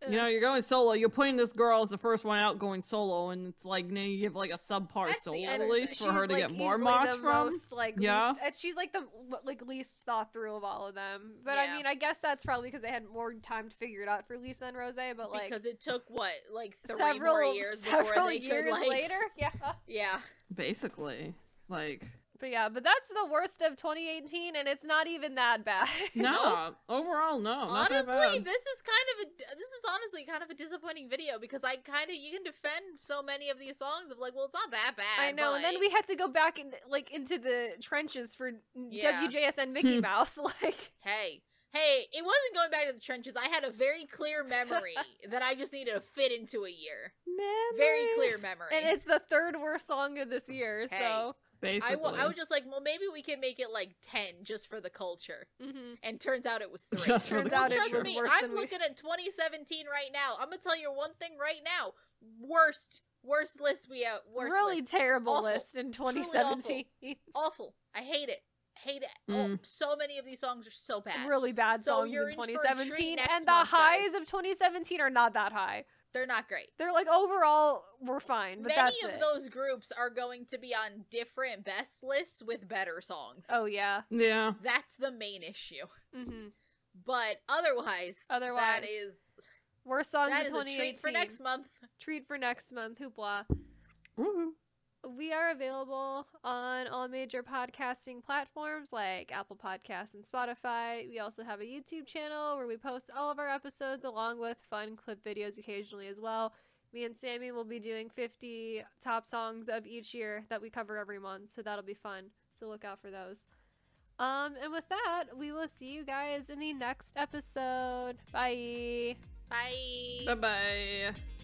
C: You know,
A: Ugh.
C: you're going solo. You're putting this girl as the first one out going solo, and it's like now you give like a subpar
B: That's the
C: solo
B: other
C: at least
B: thing.
C: for her
A: She's,
C: to
A: like,
C: get more
A: easily
C: mocked
A: the
C: from.
A: most, like,
C: Yeah.
A: least- uh, she's like the w- like least thought through of all of them. But
B: Yeah.
A: I mean, I guess that's probably because they had more time to figure it out for Lisa and Rose. But like
B: because it took what, like three
A: several
B: more years before
A: several
B: they
A: years
B: could like
A: later, yeah.
B: Yeah.
C: Basically, like
A: But yeah, but that's the worst of 2018, and it's not even that bad.
C: no. Overall, no. Oh, Not that
B: honestly,
C: bad.
B: this is kind of a this is honestly kind of a disappointing video because I kind of you can defend so many of these songs of like, well, it's not that bad.
A: I know. And then
B: but-
A: we had to go back in like into the trenches for
B: Yeah.
A: WJSN Mickey
C: Hmm.
A: Mouse. Like,
B: hey, hey, it wasn't going back to the trenches. I had a very clear memory that I just needed to fit into a year. Very
C: Memory.
B: clear memory.
A: and it's the third worst song of this year.
B: Hey.
A: So,
B: I,
C: Basically,
B: w- I was just like, well, maybe we can make it like ten just for the culture.
A: mhm.
B: And turns out it was three.
C: Just for the
A: Turns out it
B: trust
C: culture.
A: was
B: me,
A: worse
B: I'm
A: than we-
B: looking at 2017 right now. I'm gonna tell you one thing right now. Worst, worst list we out. Worst
A: really
B: list.
A: terrible
B: Awful.
A: list in
B: Truly awful.
A: 2017.
B: awful. I hate it. Hate it. Oh,
C: Mm.
B: so many of these songs are so bad.
A: really bad
B: So
A: songs
B: you're
A: in
B: in for a treat
A: 2017,
B: next
A: and the
B: month,
A: highs
B: guys.
A: of 2017 are not that high.
B: They're not great.
A: They're like overall we're fine, but
B: many
A: that's
B: of
A: it.
B: those groups are going to be on different best lists with better songs.
A: Oh yeah.
C: yeah.
B: That's the main issue.
A: hmm
B: But otherwise, that
A: Otherwise,
B: is
A: Worst songs
B: that
A: of
B: is a
A: 2018.
B: treat for next month.
A: treat for next month, hoopla.
C: Woohoo.
A: We are available on all major podcasting platforms like Apple Podcasts and Spotify. We also have a YouTube channel where we post all of our episodes along with fun clip videos occasionally as well. Me and Sammy will be doing 50 top songs of each year that we cover every month, so that'll be fun. So look out for those. Um, and with that, we will see you guys in the next episode. Bye.
B: Bye.
C: Bye bye.